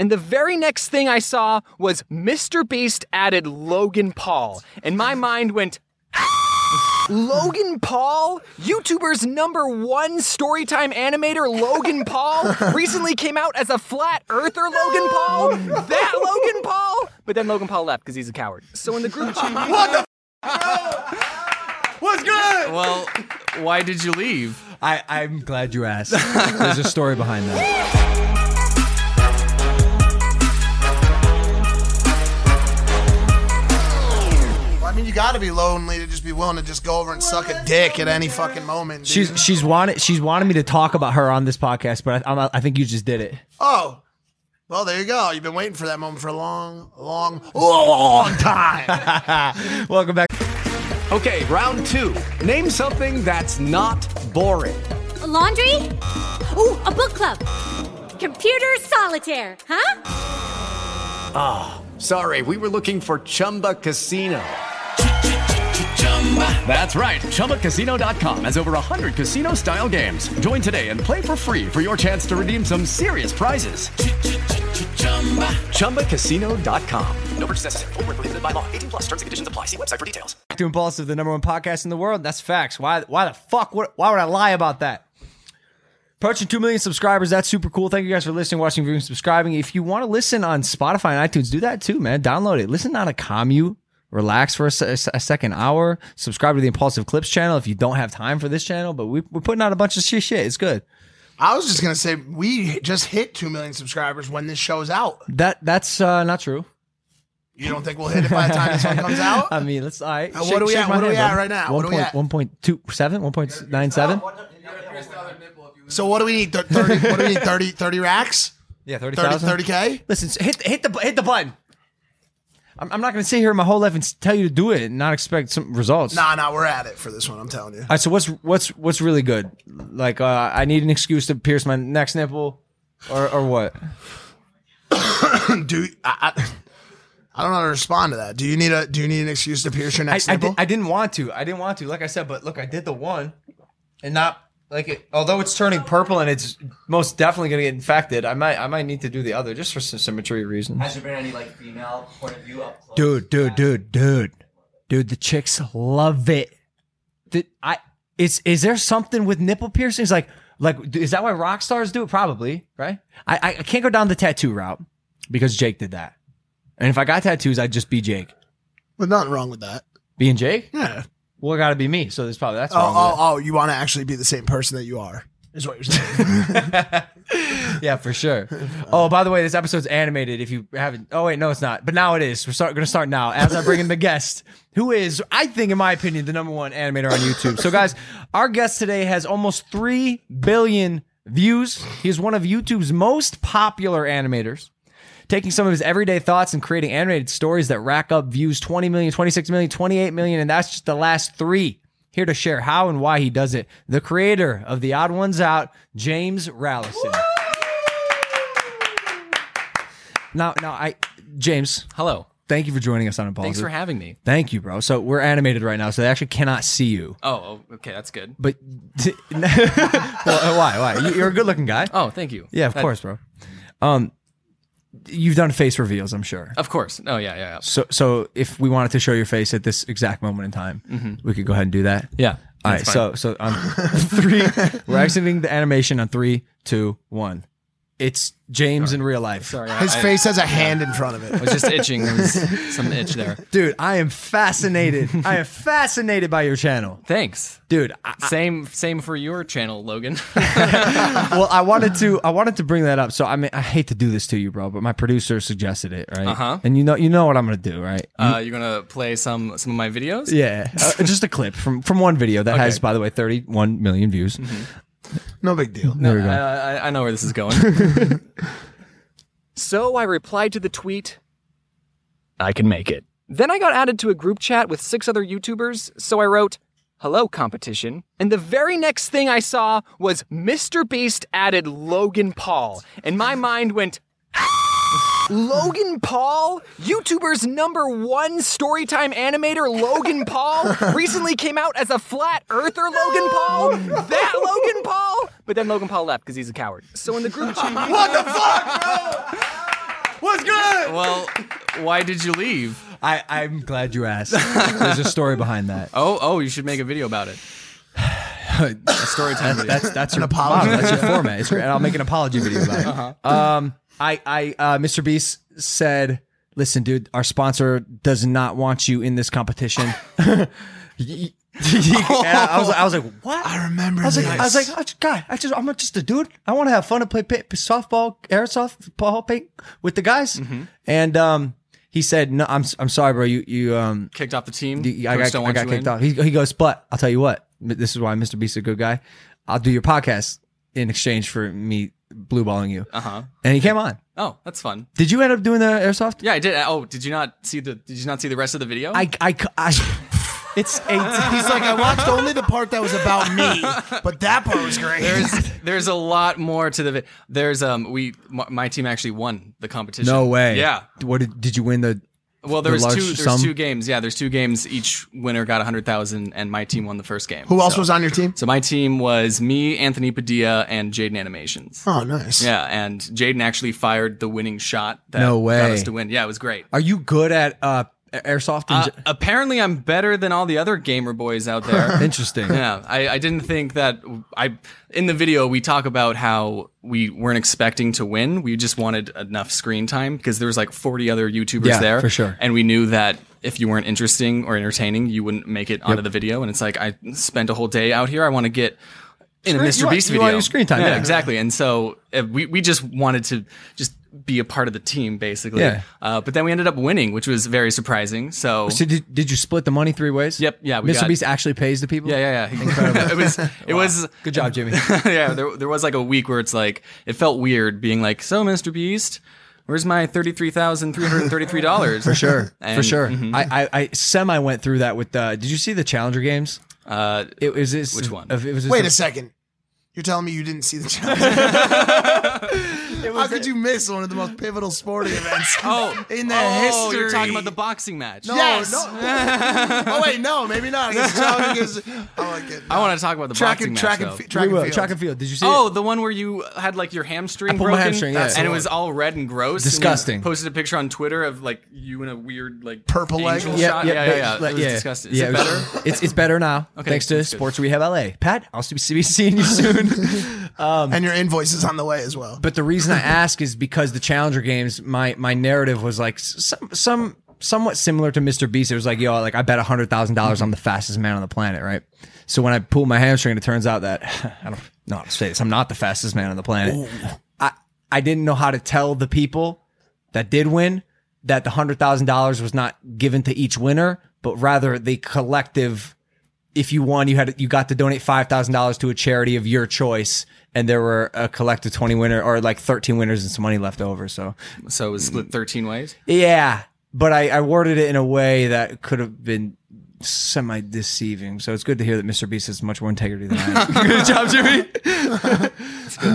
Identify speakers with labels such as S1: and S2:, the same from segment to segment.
S1: And the very next thing I saw was Mr. Beast added Logan Paul. And my mind went, "Ah!" Logan Paul? YouTuber's number one storytime animator, Logan Paul, recently came out as a flat earther, Logan Paul? That Logan Paul? But then Logan Paul left because he's a coward. So in the group chat. what the
S2: What's good?
S3: Well, why did you leave?
S2: I, I'm glad you asked. There's a story behind that.
S4: I mean, you got to be lonely to just be willing to just go over and suck a dick at any fucking moment. dude.
S2: She's she's wanted she's wanted me to talk about her on this podcast, but I, I'm, I think you just did it.
S4: oh, well, there you go. You've been waiting for that moment for a long, long, long time.
S2: Welcome back.
S5: Okay, round two. Name something that's not boring.
S6: laundry? Ooh, a book club. Computer solitaire, huh?
S5: Sorry, we were looking for Chumba Casino. That's right. ChumbaCasino.com has over 100 casino style games. Join today and play for free for your chance to redeem some serious prizes. ChumbaCasino.com. No purchase necessary. Void where prohibited by law. 18 plus terms and conditions apply. See website for details.
S2: to Impulsive, the number one podcast in the world. That's facts. Why? Why the fuck? Would, why would I lie about that? Approaching two million subscribers. That's super cool. Thank you guys for listening, watching, viewing, subscribing. If you want to listen on Spotify and iTunes, do that too, man. Download it. Listen on a commute. Relax for a, se- a second hour. Subscribe to the Impulsive Clips channel if you don't have time for this channel. But we, we're putting out a bunch of shit. Shit, it's good.
S4: I was just gonna say we just hit two million subscribers when this show's out.
S2: That that's uh, not true.
S4: You don't think we'll hit it by the time this one comes out?
S2: I mean, let's. All right.
S4: Uh, what are we at?
S2: my
S4: What are we
S2: hand,
S4: at
S2: bro.
S4: right now?
S2: One
S4: What are we
S2: point-
S4: at?
S2: one point two seven, one point nine seven.
S4: So what do we need? Thir- Thirty? What do we need? 30, 30 racks?
S2: Yeah,
S4: 30
S2: 30,000.
S4: 30 k?
S2: Listen, s- hit hit the bu- hit the button. I'm, I'm not going to sit here my whole life and s- tell you to do it and not expect some results.
S4: Nah, nah, we're at it for this one. I'm telling you.
S2: All right, so what's what's what's really good? Like, uh, I need an excuse to pierce my next nipple, or or what?
S4: Do I, I, I don't know how to respond to that. Do you need a Do you need an excuse to pierce your
S2: I,
S4: next
S2: I,
S4: nipple?
S2: di- I didn't want to. I didn't want to. Like I said, but look, I did the one, and not like it. Although it's turning purple and it's most definitely going to get infected, I might I might need to do the other just for some symmetry reasons.
S7: Has there been any like female point of view up close?
S2: dude, dude, dude, dude, dude. The chicks love it. Did I? Is is there something with nipple piercings? Like, like is that why rock stars do it? Probably, right? I I- I can't go down the tattoo route because Jake did that, and if I got tattoos, I'd just be Jake.
S4: There's nothing wrong with that.
S2: Being Jake,
S4: Yeah.
S2: well, it got to be me. So there's probably that's.
S4: Oh,
S2: wrong with
S4: oh,
S2: it.
S4: oh! You want to actually be the same person that you are? Is what you're saying?
S2: yeah, for sure. Oh, by the way, this episode's animated. If you haven't, oh wait, no, it's not. But now it is. We're start, gonna start now as I bring in the guest, who is, I think, in my opinion, the number one animator on YouTube. So, guys, our guest today has almost three billion views. He is one of YouTube's most popular animators. Taking some of his everyday thoughts and creating animated stories that rack up views 20 million, 26 million, 28 million, and that's just the last three. Here to share how and why he does it, the creator of The Odd Ones Out, James Rallison. Now, now, I, James,
S3: Hello.
S2: thank you for joining us on Impulse.
S3: Thanks for having me.
S2: Thank you, bro. So we're animated right now, so they actually cannot see you.
S3: Oh, oh, okay, that's good.
S2: But well, uh, why? Why? You- You're a good-looking guy.
S3: Oh, thank you.
S2: yeah, of
S3: That-
S2: course, bro. Um, you've done face reveals, I'm sure.
S3: Of course. Oh, yeah, yeah, yeah.
S2: So, so if we wanted to show your face at this exact moment in time, we could go ahead and do that.
S3: Mm-hmm. Yeah.
S2: All right.
S3: that's fine.
S2: So, so on three, we're exiting the animation on three, two, one. It's James in real life.
S3: sorry, I,
S4: His
S3: I
S4: face has a hand in front of it.
S3: was just itching. There was some itch there.
S2: Dude, I am fascinated. I am fascinated by your channel.
S3: Thanks.
S2: Dude, I,
S3: Same, same for your channel, Logan.
S2: well, I wanted to I wanted to bring that up. So I mean, I hate to do this to you, bro, but my producer suggested it, right?
S3: Uh-huh.
S2: And you know you know what I'm gonna do, right?
S3: uh, you're gonna play some some of my videos.
S2: yeah, Uh, just a clip from from one video that has,
S3: Okay. Mm-hmm.
S2: by the way, 31 million views.
S4: No big deal.
S2: There we go.
S3: Uh, I, I, I know where this is going. So I replied to the tweet, I can make it. Then I got added to a group chat with six other YouTubers, so I wrote, Hello, competition. And the very next thing I saw was Mr. Beast added Logan Paul, and my mind went, Logan Paul, YouTuber's number one storytime animator, Logan Paul, recently came out as a flat earther, Logan Paul. That Logan Paul. But then Logan Paul left because he's a coward. So in the group chat,
S4: what the fuck, bro? What's good?
S5: Well, why did you leave?
S2: I, I'm glad you asked. There's a story behind that.
S5: Oh, oh, you should make a video about it. a story time
S2: That's
S5: video.
S2: that's, that's
S4: An
S2: your
S4: apology.
S2: apology. That's your format. It's great. And I'll make an apology video about it.
S5: Uh-huh.
S2: Um, I, I, uh, Mr. Beast said, "Listen, dude, our sponsor does not want you in this competition." And I, I was, I was like, "What?"
S4: I remember.
S2: I was like,
S4: this.
S2: I was like, I just, God, I just, I'm not just a dude. I want to have fun and play pa- softball, airsoft, ball paint with the guys.
S5: Mm-hmm.
S2: And um, he said, "No, I'm, I'm sorry, bro. You, you, um,
S5: Kicked off the team.
S2: the- I
S5: Coach
S2: got,
S5: don't
S2: I
S5: want
S2: got
S5: you
S2: kicked
S5: in.
S2: off. He, he goes, but I'll tell you what. m- This is why Mr. Beast's a good guy. I'll do your podcast in exchange for me blueballing you.
S5: Uh huh.
S2: And he came on.
S5: Oh, that's fun.
S2: Did you end up doing the airsoft?
S5: Yeah, I did. Oh, did you not see the? Did you not see the rest of the video?
S2: I, I, I- it's eight.
S4: He's like, I watched only the part that was about me, but that part was great.
S5: there's there's a lot more to the. vi- There's um we my, my team actually won the competition.
S2: No way.
S5: Yeah.
S2: What did, did you win the?
S5: Well, there
S2: The
S5: was
S2: large
S5: two. There's
S2: sum?
S5: two games. Yeah, there's two games. Each winner got a hundred thousand, and my team won the first game.
S4: Who else
S5: So-
S4: was on your team?
S5: So my team was me, Anthony Padilla, and Jaden Animations.
S4: Oh, nice.
S5: Yeah, and Jaden actually fired the winning shot that
S2: No
S5: got
S2: way.
S5: us to win. Yeah, it was great.
S2: Are you good at uh, airsoft? in
S5: Uh,
S2: ge-
S5: apparently, I'm better than all the other gamer boys out there.
S2: Interesting.
S5: Yeah, I, I didn't think that I. In the video, we talk about how we weren't expecting to win. We just wanted enough screen time because there was like 40 other YouTubers
S2: Yeah,
S5: there
S2: for sure.
S5: and we knew that if you weren't interesting or entertaining, you wouldn't make it onto the video. And it's like I spent a whole day out here. I want to get in a
S2: Screen-
S5: Mr.
S2: you want-
S5: Beast
S2: you
S5: video.
S2: want your screen time, yeah.
S5: exactly. And so uh, we we just wanted to just be a part of the team, basically.
S2: Yeah.
S5: Uh, but then we ended up winning, which was very surprising. So.
S2: So did, did you split the money three ways?
S5: Yep, yeah, we
S2: Mr.
S5: got-
S2: Beast actually pays the people.
S5: yeah, yeah, yeah. it was, it was,
S2: Good job, Jimmy.
S5: yeah. There, there was like a week where it's like it felt weird being like, so Mr. Beast, where's my thirty three thousand three hundred thirty three dollars? For
S2: sure, for sure.
S5: mm-hmm.
S2: I, I, I semi went through that with. Uh, did you see the Challenger games?
S5: Uh,
S2: It was this.
S5: Which one?
S2: It was this
S4: Wait a second. You're telling me you didn't see the challenge? How could you miss one of the most pivotal sporting events
S5: oh,
S4: in the
S5: oh,
S4: history?
S5: You're talking about the boxing match.
S4: No, no. oh wait, no, maybe not. I guess the challenge is- I like it.
S5: I want to talk about the
S4: track
S5: boxing
S4: and
S5: match.
S4: track
S5: though.
S4: and, fi-
S2: Track,
S4: track and field.
S2: track and field. Did you see?
S5: Oh,
S2: it?
S5: the one where you had like your hamstring
S2: I pulled my
S5: broken,
S2: hamstring, yeah. That's
S5: and
S2: the
S5: it
S2: one.
S5: was all red and gross. and you
S2: Disgusting.
S5: posted a picture on Twitter of like you in a weird like
S4: Purple leg?
S5: angel
S4: Yeah,
S5: shot. Yeah, yeah, yeah.
S2: but-
S5: It was disgusting. Is
S2: yeah,
S5: it
S2: was-
S5: better?
S2: It's it's better now.
S5: Okay,
S2: thanks to
S5: that's good.
S2: Sports Rehab LA. Pat, I'll see- be seeing you soon.
S4: and your invoice is on the way as well.
S2: but the reason I ask is because the Challenger games, my my narrative was like s- some some somewhat similar to Mr. Beast. It was like, yo, like I bet hundred thousand dollars I'm the fastest man on the planet, right? So when I pull my hamstring, it turns out that I don't know how to say this. I'm not the fastest man on the planet. I I didn't know how to tell the people that did win that the hundred thousand dollars was not given to each winner, but rather the collective if you won, you had you got to donate five thousand dollars to a charity of your choice, and there were a collective twenty winner or like thirteen winners and some money left over. So
S5: So it was split thirteen ways.
S2: yeah, but I, I worded it in a way that could have been semi deceiving. So it's good to hear that Mr. Beast has much more integrity than I. Have. good job, Jimmy.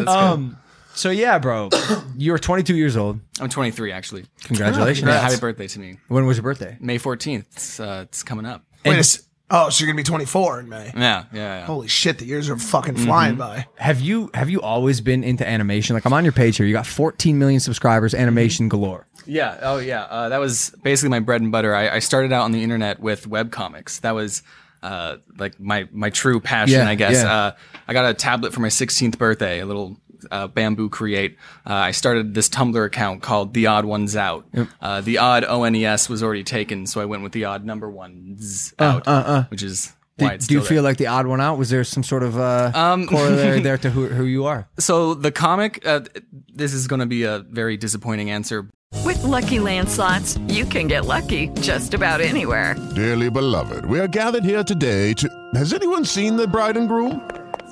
S2: um, so yeah, bro, you're 22 years old.
S5: I'm 23 actually.
S2: Congratulations.
S5: Yeah, happy birthday to me.
S2: When was your birthday?
S5: May 14th. It's, uh, it's coming up.
S4: Wait a s- oh, so you're gonna be 24 in May.
S5: Yeah, yeah, yeah.
S4: Holy shit, the years are fucking
S5: Mm-hmm.
S4: flying by.
S2: Have you have you always been into animation? Like I'm on your page here. You got 14 million subscribers. Animation
S5: Mm-hmm.
S2: galore.
S5: Yeah, oh yeah. Uh, that was basically my bread and butter. I, I started out on the internet with web comics. That was uh, like my my true passion,
S2: Yeah,
S5: I guess.
S2: yeah.
S5: Uh, I got a tablet for my 16th birthday, a little uh, bamboo create. Uh, I started this Tumblr account called The Odd Ones Out. Uh, the Odd O N E S was already taken, so I went with the Odd Number Ones
S2: Uh,
S5: Out, which is why
S2: Do,
S5: it's
S2: do you
S5: still
S2: feel
S5: there. Um,
S2: like the odd one out? Was there some sort of uh, corollary there to who, who you are?
S5: so the comic. Uh, this is going to be a very disappointing answer,
S8: With Lucky Land slots, you can get lucky just about anywhere.
S9: Dearly beloved, we are gathered here today to. Has anyone seen the bride and groom?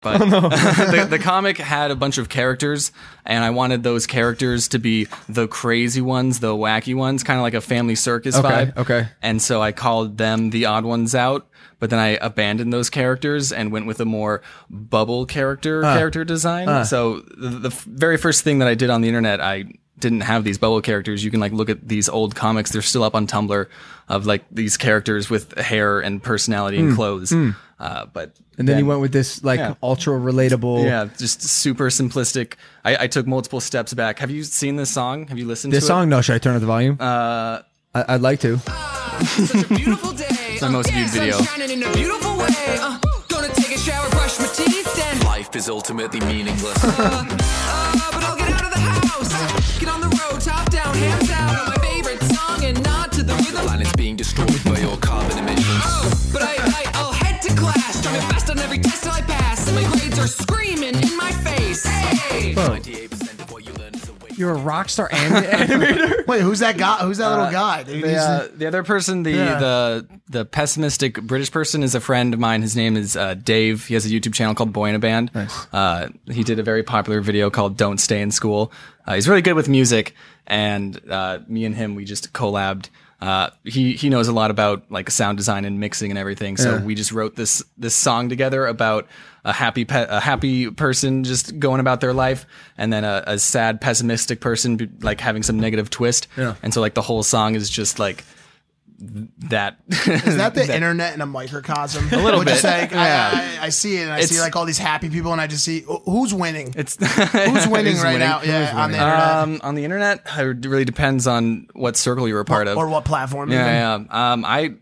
S5: But the, the comic had a bunch of characters, and I wanted those characters to be the crazy ones, the wacky ones, kind of like a family circus
S2: Okay,
S5: vibe.
S2: okay.
S5: And so I called them the odd ones out, but then I abandoned those characters and went with a more bubble character
S2: Uh,
S5: character design.
S2: uh.
S5: So the, the f- very first thing that I did on the internet, I didn't have these bubble characters. You can like look at these old comics; they're still up on Tumblr of like these characters with hair and personality and
S2: Mm,
S5: clothes.
S2: mm.
S5: Uh, but
S2: And then, you went with this like
S5: Yeah.
S2: ultra relatable.
S5: yeah, just super simplistic. I, I took multiple steps back. Have you seen this song? Have you listened
S2: This
S5: to
S2: song,
S5: it?
S2: no, should I turn up the volume?
S5: Uh,
S2: I- I'd like to.
S5: it's my most viewed video.
S3: in a beautiful way. Uh, gonna take a shower, brush my teeth, then Uh,
S10: Life is ultimately meaningless.
S3: get on the road, top down, hands out on my favorite song and nod to the rhythm. Oh,
S10: Planet's being destroyed by your carbon emissions.
S3: But I, I I'll head to class, trying my best on every test till I pass, and my grades are screaming in my face. Hey,
S2: Bro. You're a rock star and animator.
S4: Wait, who's that guy? Who's that little
S5: Uh,
S4: guy? dude?
S5: The,
S4: He's-
S5: uh, the other person, the,
S4: Yeah.
S5: the the pessimistic British person, is a friend of mine. His name is uh, Dave. He has a YouTube channel called Boy in a Band. Uh, he did a very popular video called "Don't Stay in School." Uh, he's really good with music, and uh, me and him we just collabed. Uh, he he knows a lot about like sound design and mixing and everything. So
S2: Yeah.
S5: we just wrote this this song together about a happy pe- a happy person just going about their life, and then a, a sad pessimistic person be- like having some negative twist.
S4: Yeah.
S5: And so like the whole song is just like th- that.
S4: Is that the internet in a microcosm?
S5: A little
S4: Which is
S5: bit,
S4: like, I-
S5: yeah.
S4: I, I, see it, and I see
S5: It's-
S4: like all these happy people, and I just see wh- who's winning. It's who's winning
S5: Who's
S4: right
S5: winning?
S4: now. Yeah,
S5: Who's
S4: on the
S5: winning?
S4: internet.
S5: Um, on the internet, it really depends on what circle you're a part of
S4: or what platform?
S5: Yeah, yeah. Um, I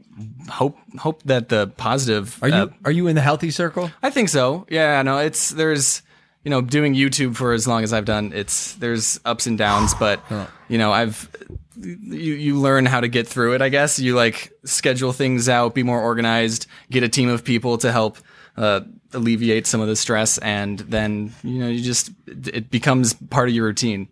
S5: hope hope that the positive. uh,
S2: Are you are you in the healthy circle?
S5: I think so. Yeah, no, it's there's you know doing YouTube for as long as I've done. It's there's ups and downs, but you know I've you you learn how to get through it. I guess you like schedule things out, be more organized, get a team of people to help. Uh, alleviate some of the stress, and then you know you just it becomes part of your routine.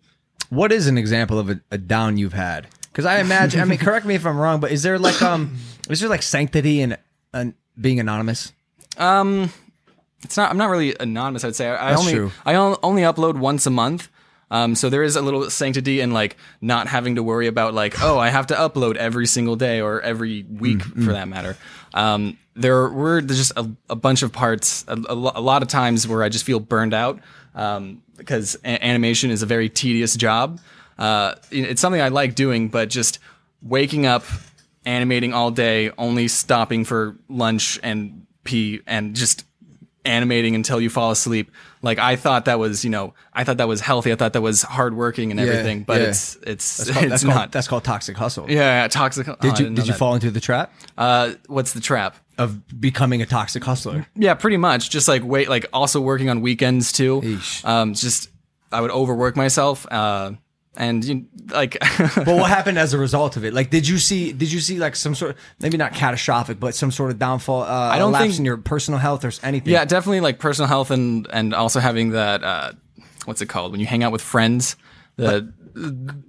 S2: What is an example of a, a down you've had? Because I imagine. I mean, correct me if I'm wrong, but is there like um, is there like sanctity in, in being anonymous?
S5: Um, it's not. I'm not really anonymous. I'd say I, I
S2: That's
S5: only
S2: true.
S5: I on- only upload once a month. Um, so there is a little sanctity in like not having to worry about like oh I have to upload every single day or every week
S2: Mm,
S5: for that matter. Um, there were there's just a, a bunch of parts a, a lo- a lot of times where I just feel burned out um, because a- animation is a very tedious job. Uh, it's something I like doing, but just waking up, animating all day, only stopping for lunch and pee, and just animating until you fall asleep. Like I thought that was, you know, I thought that was healthy. I thought that was hardworking and
S2: Yeah,
S5: everything, but
S2: yeah.
S5: it's it's
S2: That's called,
S5: it's
S2: that's
S5: not.
S2: Called, that's called toxic hustle.
S5: yeah, yeah, toxic. oh, I
S2: Did you
S5: didn't know
S2: did you
S5: that.
S2: fall into the trap
S5: Uh, what's the trap?
S2: of becoming a toxic hustler?
S5: Yeah, pretty much. Just like wait, like also working on weekends too. Um, just I would overwork myself. Uh, and you, like
S2: but what happened as a result of it? Like, did you see? Did you see like some sort? of, Maybe not catastrophic, but some sort of downfall. Uh, I
S5: don't
S2: don't lapse
S5: think-
S2: in your personal health or anything.
S5: Yeah, definitely like personal health and and also having that uh, what's it called when you hang out with friends, the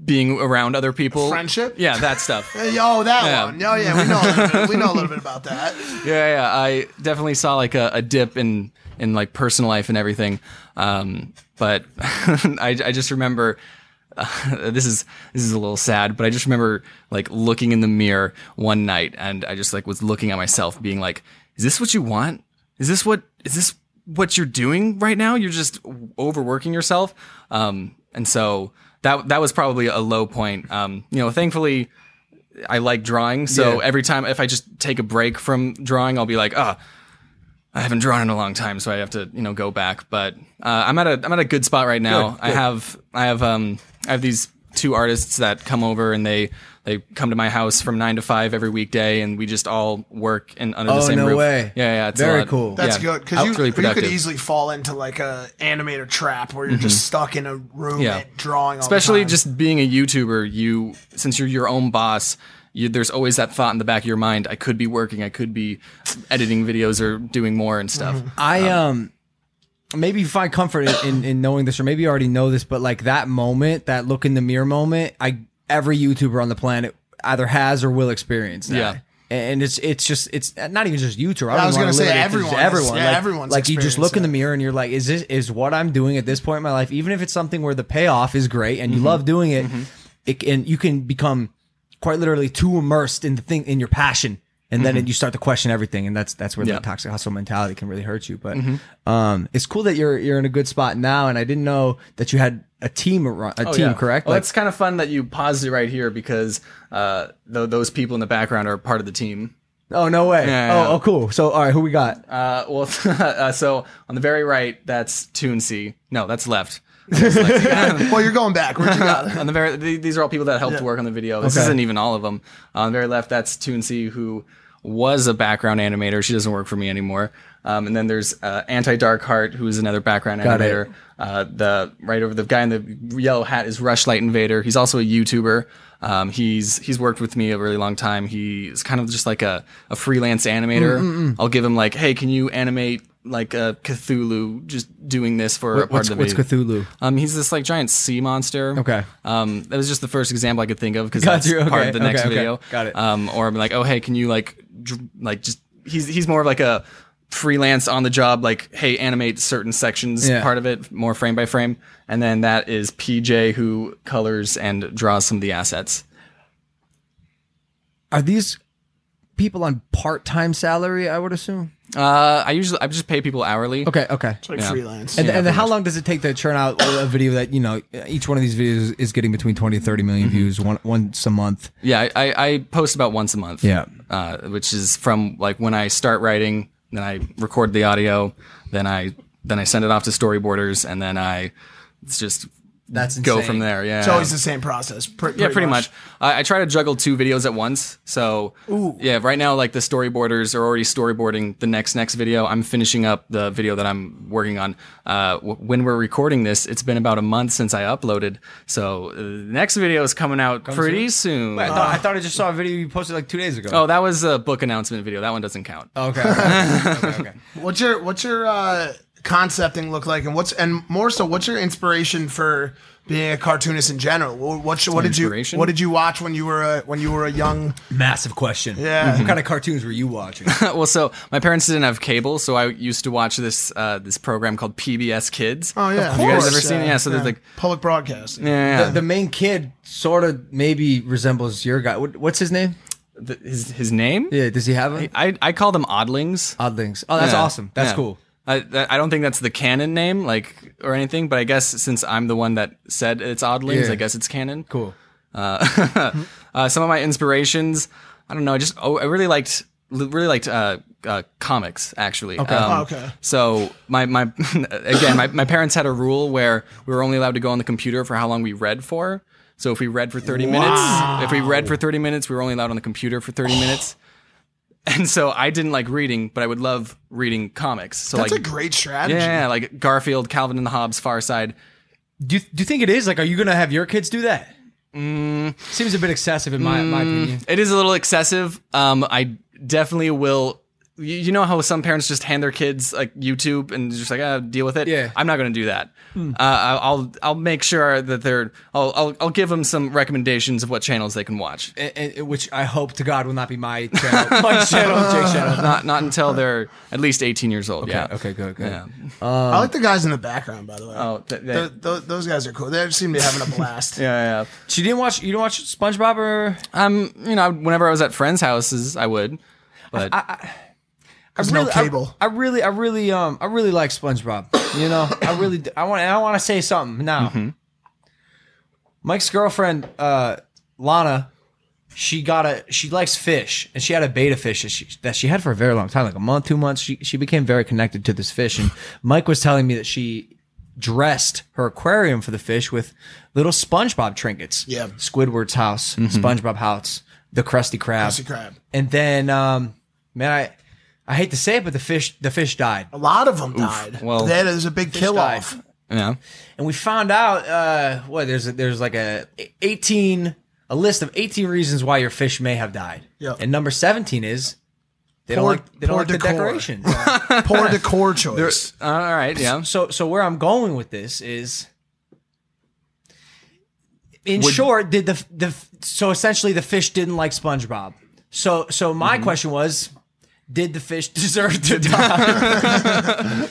S5: being around other people,
S4: Friendship?
S5: Yeah, that stuff.
S4: Hey, oh, that
S5: Yeah.
S4: one. Oh, yeah, we know. A little bit, we know a little bit about that.
S5: yeah, yeah. I definitely saw like a, a dip in in like personal life and everything. Um, but I, I just remember uh, this is this is a little sad, but I just remember like looking in the mirror one night and I just like was looking at myself, being like, "Is this what you want? Is this what is this what you're doing right now? You're just overworking yourself." Um, and so that that was probably a low point. Um, you know, thankfully. I like drawing. So
S2: Yeah.
S5: every time, if I just take a break from drawing, I'll be like, ah, I haven't drawn in a long time, so I have to you know go back. But uh, I'm at a I'm at a good spot right now.
S2: Good,
S5: I
S2: good.
S5: have I have um I have these two artists that come over and they they come to my house from nine to five every weekday, and we just all work in under the
S2: Oh,
S5: same
S2: no
S5: roof.
S2: way.
S5: Yeah, yeah, it's a
S2: Very
S5: lot-
S2: cool.
S4: That's
S5: yeah.
S4: good because you,
S5: It's really
S4: you could
S5: productive.
S4: easily fall into like a animator trap where you're
S5: Mhm.
S3: Mm-hmm.
S4: just stuck in a room
S5: Yeah.
S4: and drawing. All
S5: especially
S4: the time.
S5: just being a YouTuber. You since you're your own boss.
S3: you, there's always that thought in the back of your mind: I could be working, I could be editing videos or doing more and stuff.
S2: I um maybe you find comfort in, in, in knowing this, or maybe you already know this, but like that moment, that look in the mirror moment, I every YouTuber on the planet either has or will experience. That.
S3: Yeah.
S2: And it's it's just it's not even just YouTube.
S4: I was
S2: gonna
S4: gonna say everyone is-
S2: everyone,
S4: yeah,
S2: like,
S4: everyone's
S2: like you just
S4: experienced
S2: look in
S4: that.
S2: the mirror and you're like, is this is what I'm doing at this point in my life? Even if it's something where the payoff is great and you love doing it, it and you can become quite literally too immersed in the thing in your passion, and then
S3: Mhm.
S2: it, you start to question everything, and that's that's where
S3: Yeah.
S2: the toxic hustle mentality can really hurt you. But
S3: Mhm.
S2: um, it's cool that you're you're in a good spot now, and I didn't know that you had a team around, a
S3: Oh,
S2: team,
S3: yeah.
S2: correct?
S3: Well, that's kind of fun that you paused it right here because uh, tho- those people in the background are part of the team.
S2: oh no way!
S3: Yeah, yeah,
S2: oh,
S3: yeah.
S2: oh cool. So all right, who we got?
S3: Uh, well, uh, so on the very right, that's Toonsy. No, that's left. well,
S4: you're going back. What you got?
S3: on the very, th- these are all people that helped work on the video. This
S4: Okay.
S3: isn't even all of them. on the very left, that's Toonsy, who was a background animator. She doesn't work for me anymore. Um, and then there's uh, Anti Dark Heart, who is another background
S2: Got it.
S3: animator. Uh, the right over the guy in the yellow hat is Rushlight Invader. He's also a YouTuber. Um, he's he's worked with me a really long time. He's kind of just like a, a freelance animator.
S2: Mm, mm, mm.
S3: I'll give him like, hey, can you animate like a Cthulhu just doing this for a
S2: What-
S3: part
S2: what's,
S3: of the
S2: what's
S3: video?
S2: Cthulhu?
S3: Um, he's this like giant sea monster.
S2: Okay.
S3: Um, that was just the first example I could think of because
S2: Got
S3: that's
S2: you, okay,
S3: part of the next
S2: okay, okay.
S3: video.
S2: Got it.
S3: Um, or I'm like, oh hey, can you like, dr- like just he's he's more of like a freelance on the job like hey animate certain sections
S2: Yeah.
S3: part of it more frame by frame and then that is pj who colors and draws some of the assets
S2: Are these people on part time salary? I would assume.
S3: uh i usually i just pay people hourly
S2: Okay, okay.
S3: Yeah.
S2: And,
S3: Yeah,
S2: and then
S3: pretty
S2: how long does it take to churn out a video that, you know, each one of these videos is getting between 20 to 30 million
S3: Mm-hmm.
S2: views one, once a month?
S3: Yeah, I- I, I post about once a month.
S2: Yeah.
S3: Uh, which is from like when I start writing, then I record the audio, then I then I send it off to storyboarders, and then I it's just
S4: That's
S3: go
S4: insane.
S3: from there. Yeah.
S4: It's always the same process. Pre-
S3: yeah, pretty much. I, I try to juggle two videos at once. So
S4: Ooh.
S3: yeah, right now like the storyboarders are already storyboarding the next next video. I'm finishing up the video that I'm working on. Uh, w- when we're recording this, it's been about a month since I uploaded. So uh, the next video is coming out pretty soon.
S2: Wait, I, thought, I thought I just saw a video you posted like two days ago. Oh,
S3: Oh, that was a book announcement video. That one doesn't count.
S2: Okay.
S4: What's your what's your uh, concepting look like, and what's and more so, what's your inspiration for being a cartoonist in general? What what, what did you
S2: Inspiration?
S4: what did you watch when you were a, when you were a young?
S2: Massive question.
S4: Yeah.
S3: Mm-hmm.
S2: What kind of cartoons were you watching?
S3: well, so my parents didn't have cable, so I used to watch this uh, this program called PBS Kids.
S4: Oh yeah,
S3: Have you guys ever seen it? Yeah. So
S4: there's
S3: there's like
S4: public broadcasting.
S3: Yeah.
S2: The, the main kid sort of maybe resembles your guy. What, what's his name?
S3: The, uh, his his name?
S2: Yeah. Does he have a?
S3: I I call them oddlings.
S2: Oddlings. Oh, that's
S3: Yeah.
S2: awesome. That's
S3: Yeah.
S2: cool.
S3: I, that- I don't think that's the canon name, like or anything, but I guess since I'm the one that said it's oddlings,
S2: Yeah.
S3: I guess it's canon.
S2: Cool.
S3: Uh, uh, some of my inspirations, I don't know. I just oh, I really liked really liked uh, uh, comics actually.
S11: Okay. Oh, okay.
S3: So my my again my, my parents had a rule where we were only allowed to go on the computer for how long we read for. So if we read for 30
S11: Wow.
S3: minutes, if we read for 30 minutes, we were only allowed on the computer for 30 minutes. And so I didn't like reading, but I would love reading comics. So
S4: That's
S3: like
S4: a great strategy.
S3: Yeah, yeah, like Garfield, Calvin and the Hobbes, Far Side.
S2: Do you, do you think it is? Like, are you going to have your kids do that? Seems a bit excessive in my, my
S3: Mm,
S2: opinion.
S3: It is a little excessive. Um, I definitely will. You, you know how some parents just hand their kids like YouTube and just like ah, deal with it. Yeah, I'm not going to do that.
S11: Hmm.
S3: Uh, I- I'll I'll make sure that they're. I'll, I'll I'll give them some recommendations of what channels they can watch.
S2: And, and, Eh, which I hope to God will not be my channel. my channel, Jake's channel.
S3: not not until they're at least 18 years old. yeah.
S2: Okay. Good. Good.
S3: Yeah.
S4: I like the guys in the background, by the way.
S3: Um, Oh, th- they-
S4: Tho- tho- those guys are cool. They seem to be having a blast.
S3: yeah, yeah.
S2: So you didn't watch you didn't watch SpongeBob or
S3: um, you know, whenever I was at friends' houses, I would, but
S4: There's no cable.
S2: I, I really, I really, um, I really like SpongeBob. You know, I really, d- I want, and I want to say something now.
S4: Mm-hmm.
S2: Mike's girlfriend, uh, Lana, she got a, she likes fish, and she had a beta fish that she, that she had for a very long time, like a month, two months. She she became very connected to this fish, and Mike was telling me that she dressed her aquarium for the fish with little SpongeBob trinkets.
S4: Yeah.
S2: Squidward's house,
S4: Mhm.
S2: SpongeBob house, the Krusty Krab.
S4: Krusty Krab.
S2: And then, um, man, I, I hate to say it, but the fish, the fish died.
S4: A lot of them died.
S2: Well,
S4: that is a big
S2: Fish
S4: kill
S2: died.
S4: off.
S3: Yeah.
S2: And we found out, uh, what there's a, there's like a eighteen a list of 18 reasons why your fish may have died.
S4: Yep.
S2: And number 17 is they
S4: Poor-
S2: don't like, they don't
S4: poor
S2: like the
S4: decor.
S2: decorations.
S4: Poor decor choice.
S3: Uh, all right, yeah.
S2: So so where I'm going with this is in
S3: Would-
S2: short, did the the so essentially the fish didn't like SpongeBob. So so my question was, did the fish deserve to die?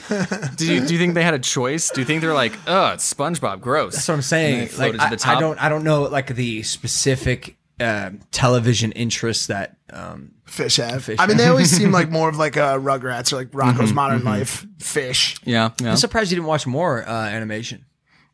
S3: Do you, do you think they had a choice? Do you think they're like, oh, it's SpongeBob, gross?
S2: That's what I'm
S3: And they
S2: saying. Like
S3: floated
S2: I,
S3: to the
S2: I
S3: top?
S2: don't I don't know like the specific um, television interests that um,
S4: fish have. I mean, they always seem like more of like uh, Rugrats or like Rocco's
S3: Mm-hmm,
S4: Modern Life fish.
S3: Yeah, yeah.
S2: I'm surprised you didn't watch more uh, animation,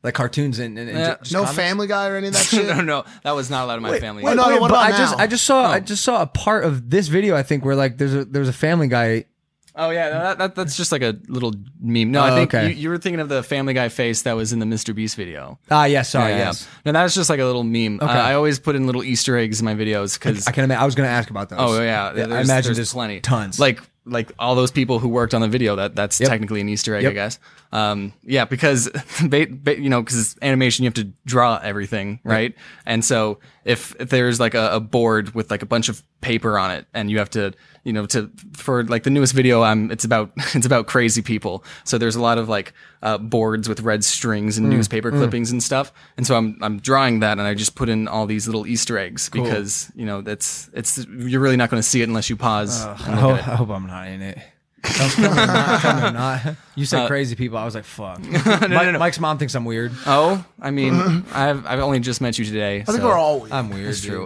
S2: like cartoons and, and, and
S3: Yeah.
S2: just
S4: No
S2: comics.
S4: Family Guy or any of that shit.
S3: no, no, that was not allowed in my family.
S4: wait, no,
S2: but
S4: what about
S2: I just
S4: now?
S2: I just saw
S3: Oh.
S2: I just saw a part of this video I think where like there's a there's a Family Guy.
S3: Oh yeah, no, that, that that's just like a little meme. No,
S2: Oh,
S3: I think
S2: okay.
S3: you, you were thinking of the Family Guy face that was in the Mr. Beast video.
S2: Ah yes, sorry
S3: Yeah, yeah.
S2: yes.
S3: No, that's just like a little meme.
S2: Okay.
S3: Uh, I always put in little Easter eggs in my videos because
S2: I can imagine. I was gonna ask about those.
S3: oh yeah,
S2: I
S3: there's-
S2: imagine
S3: there's
S2: there's
S3: plenty
S2: tons.
S3: Like like all those people who worked on the video. That that's technically an Easter egg,
S2: Yep.
S3: I guess. Um, yeah, because ba- ba- you know because animation you have to draw everything right, and so if, if there's like a, a board with like a bunch of paper on it and you have to you know to for like the newest video i'm it's about it's about crazy people so there's a lot of like uh, boards with red strings and
S11: Mm,
S3: newspaper
S11: mm.
S3: clippings and stuff and so i'm i'm drawing that and i just put in all these little easter eggs
S2: Cool.
S3: because you know that's it's you're really not going to see it unless you pause
S2: Ugh, I,
S3: and
S2: hope,
S3: look at
S2: I hope I'm not in it. Tell- tell me I'm not- tell me I'm not. You said
S3: Uh,
S2: crazy people. I was like, fuck.
S3: no,
S2: Mike-
S3: no, no.
S2: Mike's mom thinks I'm weird.
S3: it. oh i mean i've i've only just met you today
S2: think
S3: so
S2: we're all weird. I'm weird,
S3: that's true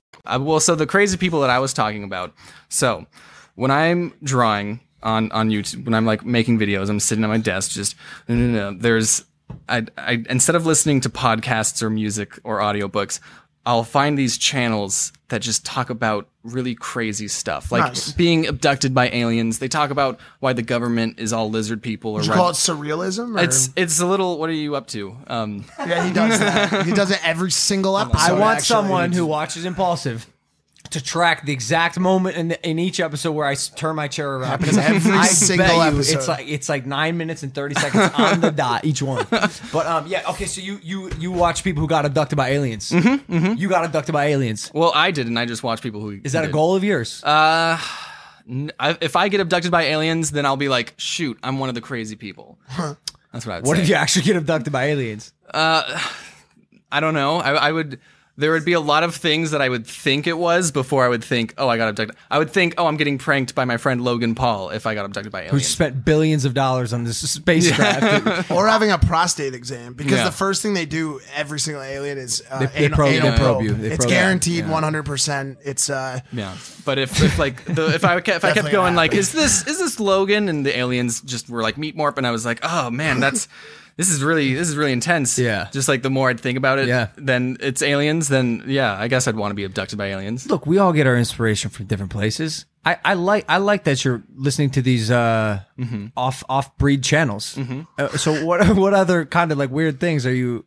S3: Uh, well, so the crazy people that I was talking about. So when I'm drawing on on YouTube, when I'm like making videos, I'm sitting at my desk. Just no, no, no. There's I, I instead of listening to podcasts or music or audiobooks, I'll find these channels that just talk about really crazy stuff, like
S4: Nice.
S3: being abducted by aliens. They talk about why the government is all lizard people or
S4: Would you
S3: red-
S4: call it surrealism? Or?
S3: It's it's a little. What are you up to? Um,
S4: yeah, he does that. He does it every single episode.
S2: I want
S4: actually.
S2: someone who watches Impulsive to track the exact moment in, in each episode where I s- turn my chair around.
S4: Happens every
S2: I
S4: single
S2: bet you
S4: episode.
S2: It's like it's like nine minutes and thirty seconds on the dot each one. But um, yeah, okay. So you you you watch people who got abducted by aliens. Mm-hmm, You got abducted by aliens.
S3: Well, I didn't. I just watch people who.
S2: Is that a
S3: did.
S2: goal of yours?
S3: Uh, n- I- if I get abducted by aliens, then I'll be like, shoot, I'm one of the crazy people. That's what I would
S2: What
S3: say.
S2: if you actually get abducted by aliens?
S3: Uh, I don't know. I, I would. There would be a lot of things that I would think it was before I would think, oh, I got abducted. I would think, oh, I'm getting pranked by my friend Logan Paul if I got abducted by
S2: Who
S3: aliens.
S2: spent billions of dollars on this spacecraft?
S4: or having a prostate exam because
S3: Yeah.
S4: the first thing they do every single alien is uh,
S2: They- they
S4: anal,
S2: probe-
S4: anal
S2: they probe you. They
S4: it's
S2: probe you.
S4: guaranteed
S2: Yeah.
S4: one hundred percent. It's uh,
S3: Yeah, but if, if like the, if I kept, if I kept
S4: Definitely
S3: going like
S4: happened.
S3: is this is this Logan and the aliens just were like meat morph and I was like oh man that's this is really this is really intense yeah just like the more I'd think about it
S2: Yeah.
S3: then it's aliens then yeah I guess I'd want to be abducted by aliens
S2: Look, we all get our inspiration from different places. I, I like I like that you're listening to these uh, off off breed channels. Uh, so what what other kind of like weird things are you?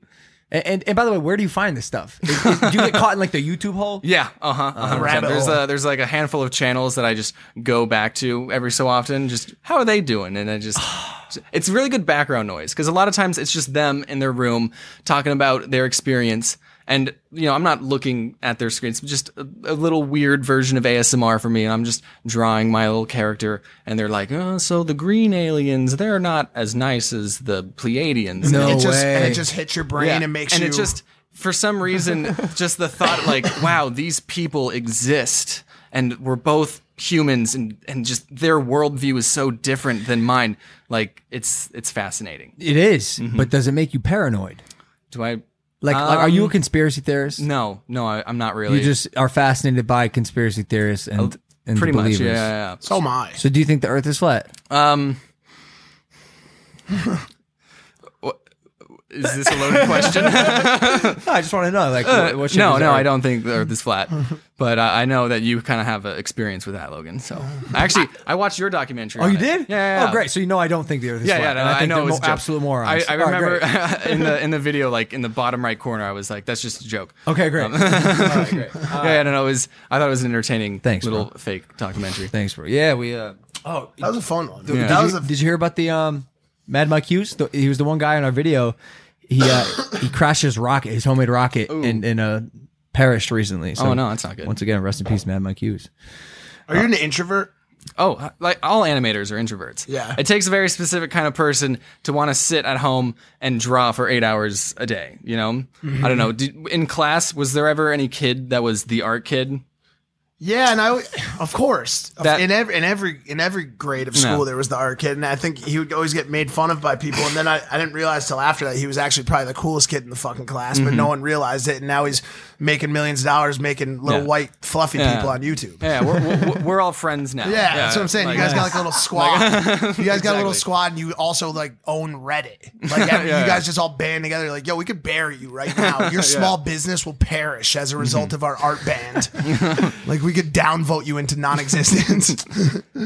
S2: And and, and by the way, where do you find this stuff? Is- is- do you get caught in like the YouTube hole?
S3: yeah uh huh
S2: rabbit
S3: there's
S2: hole.
S3: uh, there's like a handful of channels that I just go back to every so often just how are they doing and I just. It's really good background noise because a lot of times it's just them in their room talking about their experience. And, you know, I'm not looking at their screen. It's just a, a little weird version of ASMR for me. And I'm just drawing my little character. And they're like, oh, so the green aliens, they're not as nice as the Pleiadians.
S4: No It just- and it way. just hits your brain and makes
S3: And
S4: you-
S3: it just, for some reason, just the thought like, wow, these people exist and we're both humans and, and just their worldview is so different than mine. Like it's, it's fascinating.
S2: It is, but does it make you paranoid?
S3: Do I
S2: Like, like are you a
S3: Um,
S2: conspiracy theorist?
S3: No, no, I, I'm not really.
S2: You just are fascinated by conspiracy theorists and, and
S3: pretty
S2: the
S3: much, yeah,
S2: believers.
S3: yeah, yeah. So am I.
S2: So do you think the Earth is flat?
S3: Um, Is this a loaded question?
S2: I just want to know, like,
S3: Uh,
S2: what, what
S3: no, no, I don't think the Earth is flat, but uh, I know that you kind of have an experience with that, Logan. So actually, I watched your documentary.
S2: Oh,
S3: on
S2: you
S3: it.
S2: did?
S3: Yeah, yeah, yeah.
S2: Oh, great. So you know I don't think the Earth is
S3: yeah,
S2: flat.
S3: yeah, no,
S2: and I, think
S3: know
S2: they're
S3: it was a
S2: mo-
S3: joke.
S2: absolute morons.
S3: I, I
S2: All right,
S3: remember
S2: great.
S3: in the in the video, like in the bottom right corner, I was like, "That's just a joke."
S2: Okay, great.
S3: Um, yeah, yeah, I don't know. It was I thought it was an entertaining
S2: Thanks,
S3: little
S2: bro.
S3: fake documentary.
S2: Thanks, bro. Yeah, we. Uh,
S4: Oh, that was a fun one.
S2: Dude,
S3: Yeah.
S2: did,
S3: That
S2: you,
S3: was
S2: did you hear about the um, Mad Mike Hughes? The- he was the one guy in our video. He uh, he crashed his rocket, his homemade rocket, and in, uh, perished recently. So
S3: Oh, no, that's not good.
S2: Once again, rest in peace, Mad Mike Hughes.
S4: Are you an introvert?
S3: Oh, like all animators are introverts.
S4: Yeah.
S3: It takes a very specific kind of person to want to sit at home and draw for eight hours a day. You know,
S2: Mm-hmm.
S3: I don't know. Did, in class, was there ever any kid that was the art kid?
S4: Yeah, and I, w- of course,
S3: That-
S4: in every in every in every grade of
S3: No.
S4: school there was the art kid, and I think he would always get made fun of by people. And then I, I didn't realize till after that he was actually probably the coolest kid in the fucking class,
S2: Mm-hmm.
S4: but no
S3: Mhm.
S4: one realized it. And now he's making millions of dollars making little
S3: Yeah.
S4: white fluffy
S3: Yeah.
S4: people on YouTube.
S3: Yeah, we're, we're, we're all friends now.
S4: Yeah, that's what I'm saying. you guys got like a little squad. you guys got a little
S3: Exactly.
S4: squad, and you also like own Reddit. Like every,
S3: Yeah.
S4: you guys just all band together. Like, yo, we could bury you right now.
S3: Yeah.
S4: Your small business will perish as a result of our art band. like we could downvote you into non-existence.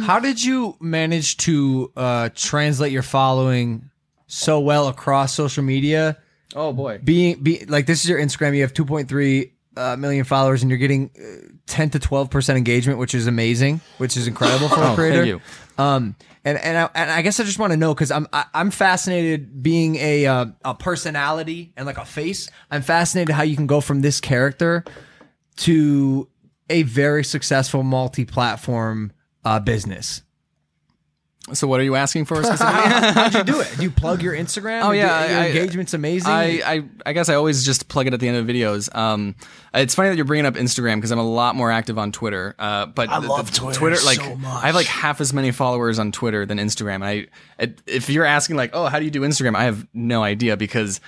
S2: How did you manage to uh, translate your following so well across social media?
S3: Oh boy.
S2: Being be, like this is your Instagram, you have 2.3 uh, million followers, and you're getting uh, 10 to 12 percent engagement, which is amazing, which is incredible for
S3: Oh,
S2: a
S3: thank
S2: creator.
S3: you.
S2: Um, and and I, and I guess I just want to know because I'm I, I'm fascinated being a uh, a personality and like a face. I'm fascinated how you can go from this character to a very successful multi-platform uh, business.
S3: So what are you asking for specifically?
S2: How'd you do it? Do you plug your Instagram?
S3: Oh
S2: You do-
S3: yeah,
S2: your
S3: I- I-
S2: engagement's amazing.
S3: I, I I guess I always just plug it at the end of videos. Um, it's funny that you're bringing up Instagram because I'm a lot more active on Twitter. Uh, but
S4: I
S3: the-
S4: love
S3: the
S4: Twitter so
S3: like
S4: much.
S3: I have like half as many followers on Twitter than Instagram. And I, it, if you're asking like, oh, how do you do Instagram? I have no idea because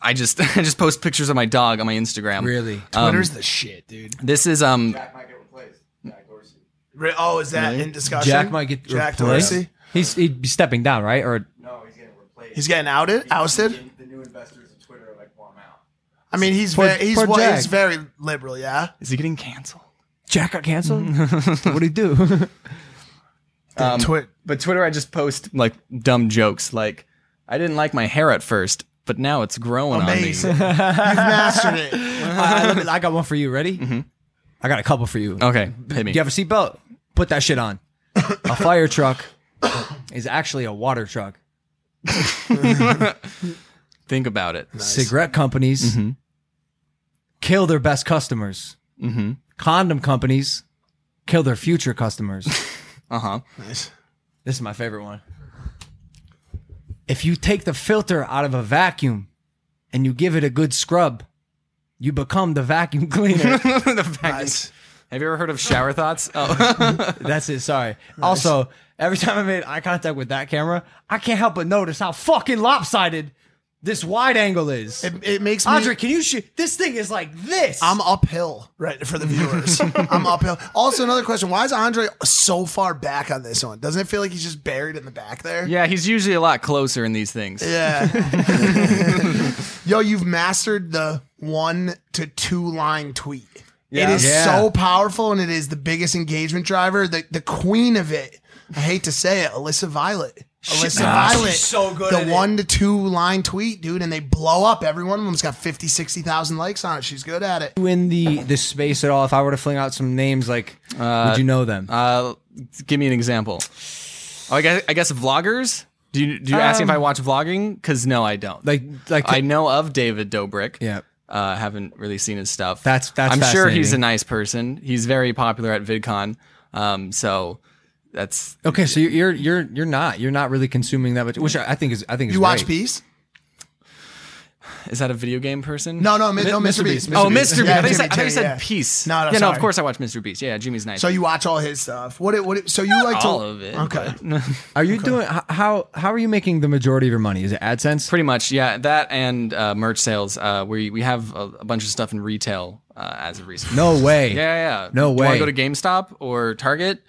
S3: I just I just post pictures of my dog on my Instagram.
S2: Really,
S3: Um,
S4: Twitter's the shit, dude.
S3: This is um.
S4: Re- Oh, is that
S2: Really?
S4: in discussion?
S2: Jack might get
S4: Jack
S2: replaced.
S4: Dorsey.
S2: He's he'd be stepping down, right? Or
S4: He's getting outed, ousted.
S3: The new investors of Twitter are like, warm out.
S4: I mean, he's
S2: Poor-
S4: very, he's
S2: poor
S4: wa-
S2: Jack.
S4: he's very liberal. Yeah.
S3: Is he getting canceled?
S2: Jack got canceled. what do he do?
S3: Um,
S4: Twi-
S3: but Twitter, I just post like dumb jokes. Like, I didn't like my hair at first, but now it's growing
S4: Amazing.
S3: on
S4: You've
S3: me.
S4: mastered it.
S2: Uh, let me- I got one for you. Ready? I got a couple for you.
S3: Okay, hit me.
S2: Do you have a seatbelt? Put that shit on. a fire truck is actually a water truck.
S3: Think about it.
S2: Cigarette companies kill their best customers.
S3: Mm-hmm.
S2: Condom companies kill their future customers.
S3: Uh huh.
S4: Nice.
S2: this is my favorite one. If you take the filter out of a vacuum and you give it a good scrub, you become the vacuum cleaner.
S3: the fact is- Have you ever heard of shower thoughts? Oh,
S2: That's it. Sorry. Also, every time I made eye contact with that camera, I can't help but notice how fucking lopsided this wide angle is.
S4: It, it makes me.
S2: Andre, can you shoot? This thing is like this.
S4: I'm uphill, right, for the viewers. I'm uphill. Also, another question: Why is Andre so far back on this one? Doesn't it feel like he's just buried in the back there?
S3: yeah. He's usually a lot closer in these things.
S4: Yeah. Yo, you've mastered the one to two line tweet.
S3: Yeah.
S4: It is
S3: Yeah.
S4: so powerful, and it is the biggest engagement driver. The the queen of it. I hate to say it, Alyssa Violet. Alyssa
S2: nah, she's
S4: Violet,
S2: so good at
S4: the
S2: it.
S4: one to two line tweet, dude, and they blow up. Every one of them's got 50, 60,000 likes on it. She's good at it.
S2: you in the the space at all? If I were to fling out some names, like would you know them?
S3: Uh, give me an example. Oh, I guess I guess vloggers. Do you do you ask me if I watch vlogging? Because no, I don't.
S2: like like
S3: I know of David Dobrik.
S2: Yeah.
S3: Uh, haven't really seen his stuff.
S2: That's- that's
S3: I'm sure he's a
S2: fascinating.
S3: nice person. He's very popular at VidCon. Um, so that's
S2: okay. So you're you're you're not you're not really consuming that much, which I I think is I think is
S4: You watch
S2: great.
S4: Peace?
S3: is that a video game person?
S4: No, no, mi- no,
S2: Mr.
S4: Mr.
S2: Beast,
S4: Beast.
S3: Oh, Mr. Beast.
S4: Yeah,
S3: I thought you said,
S4: Jimmy
S3: I thought you
S4: J,
S3: said
S4: yeah.
S3: Peace.
S4: No, no,
S3: yeah, no.
S4: sorry.
S3: Of course, I watch Mr. Beast. Yeah, Jimmy's nice.
S4: So you watch all his stuff. What? It, what? It, so you like
S3: all
S4: to,
S3: of it.
S4: Okay.
S3: but-
S2: Are you doing h- how how are you making the majority of your money? Is it AdSense?
S3: Pretty much, yeah. That and uh, merch sales. Uh, we we have a, a bunch of stuff in retail uh, as of recently.
S2: No way.
S3: Yeah, yeah. yeah.
S2: No
S3: Do I
S2: way.
S3: go to GameStop or Target?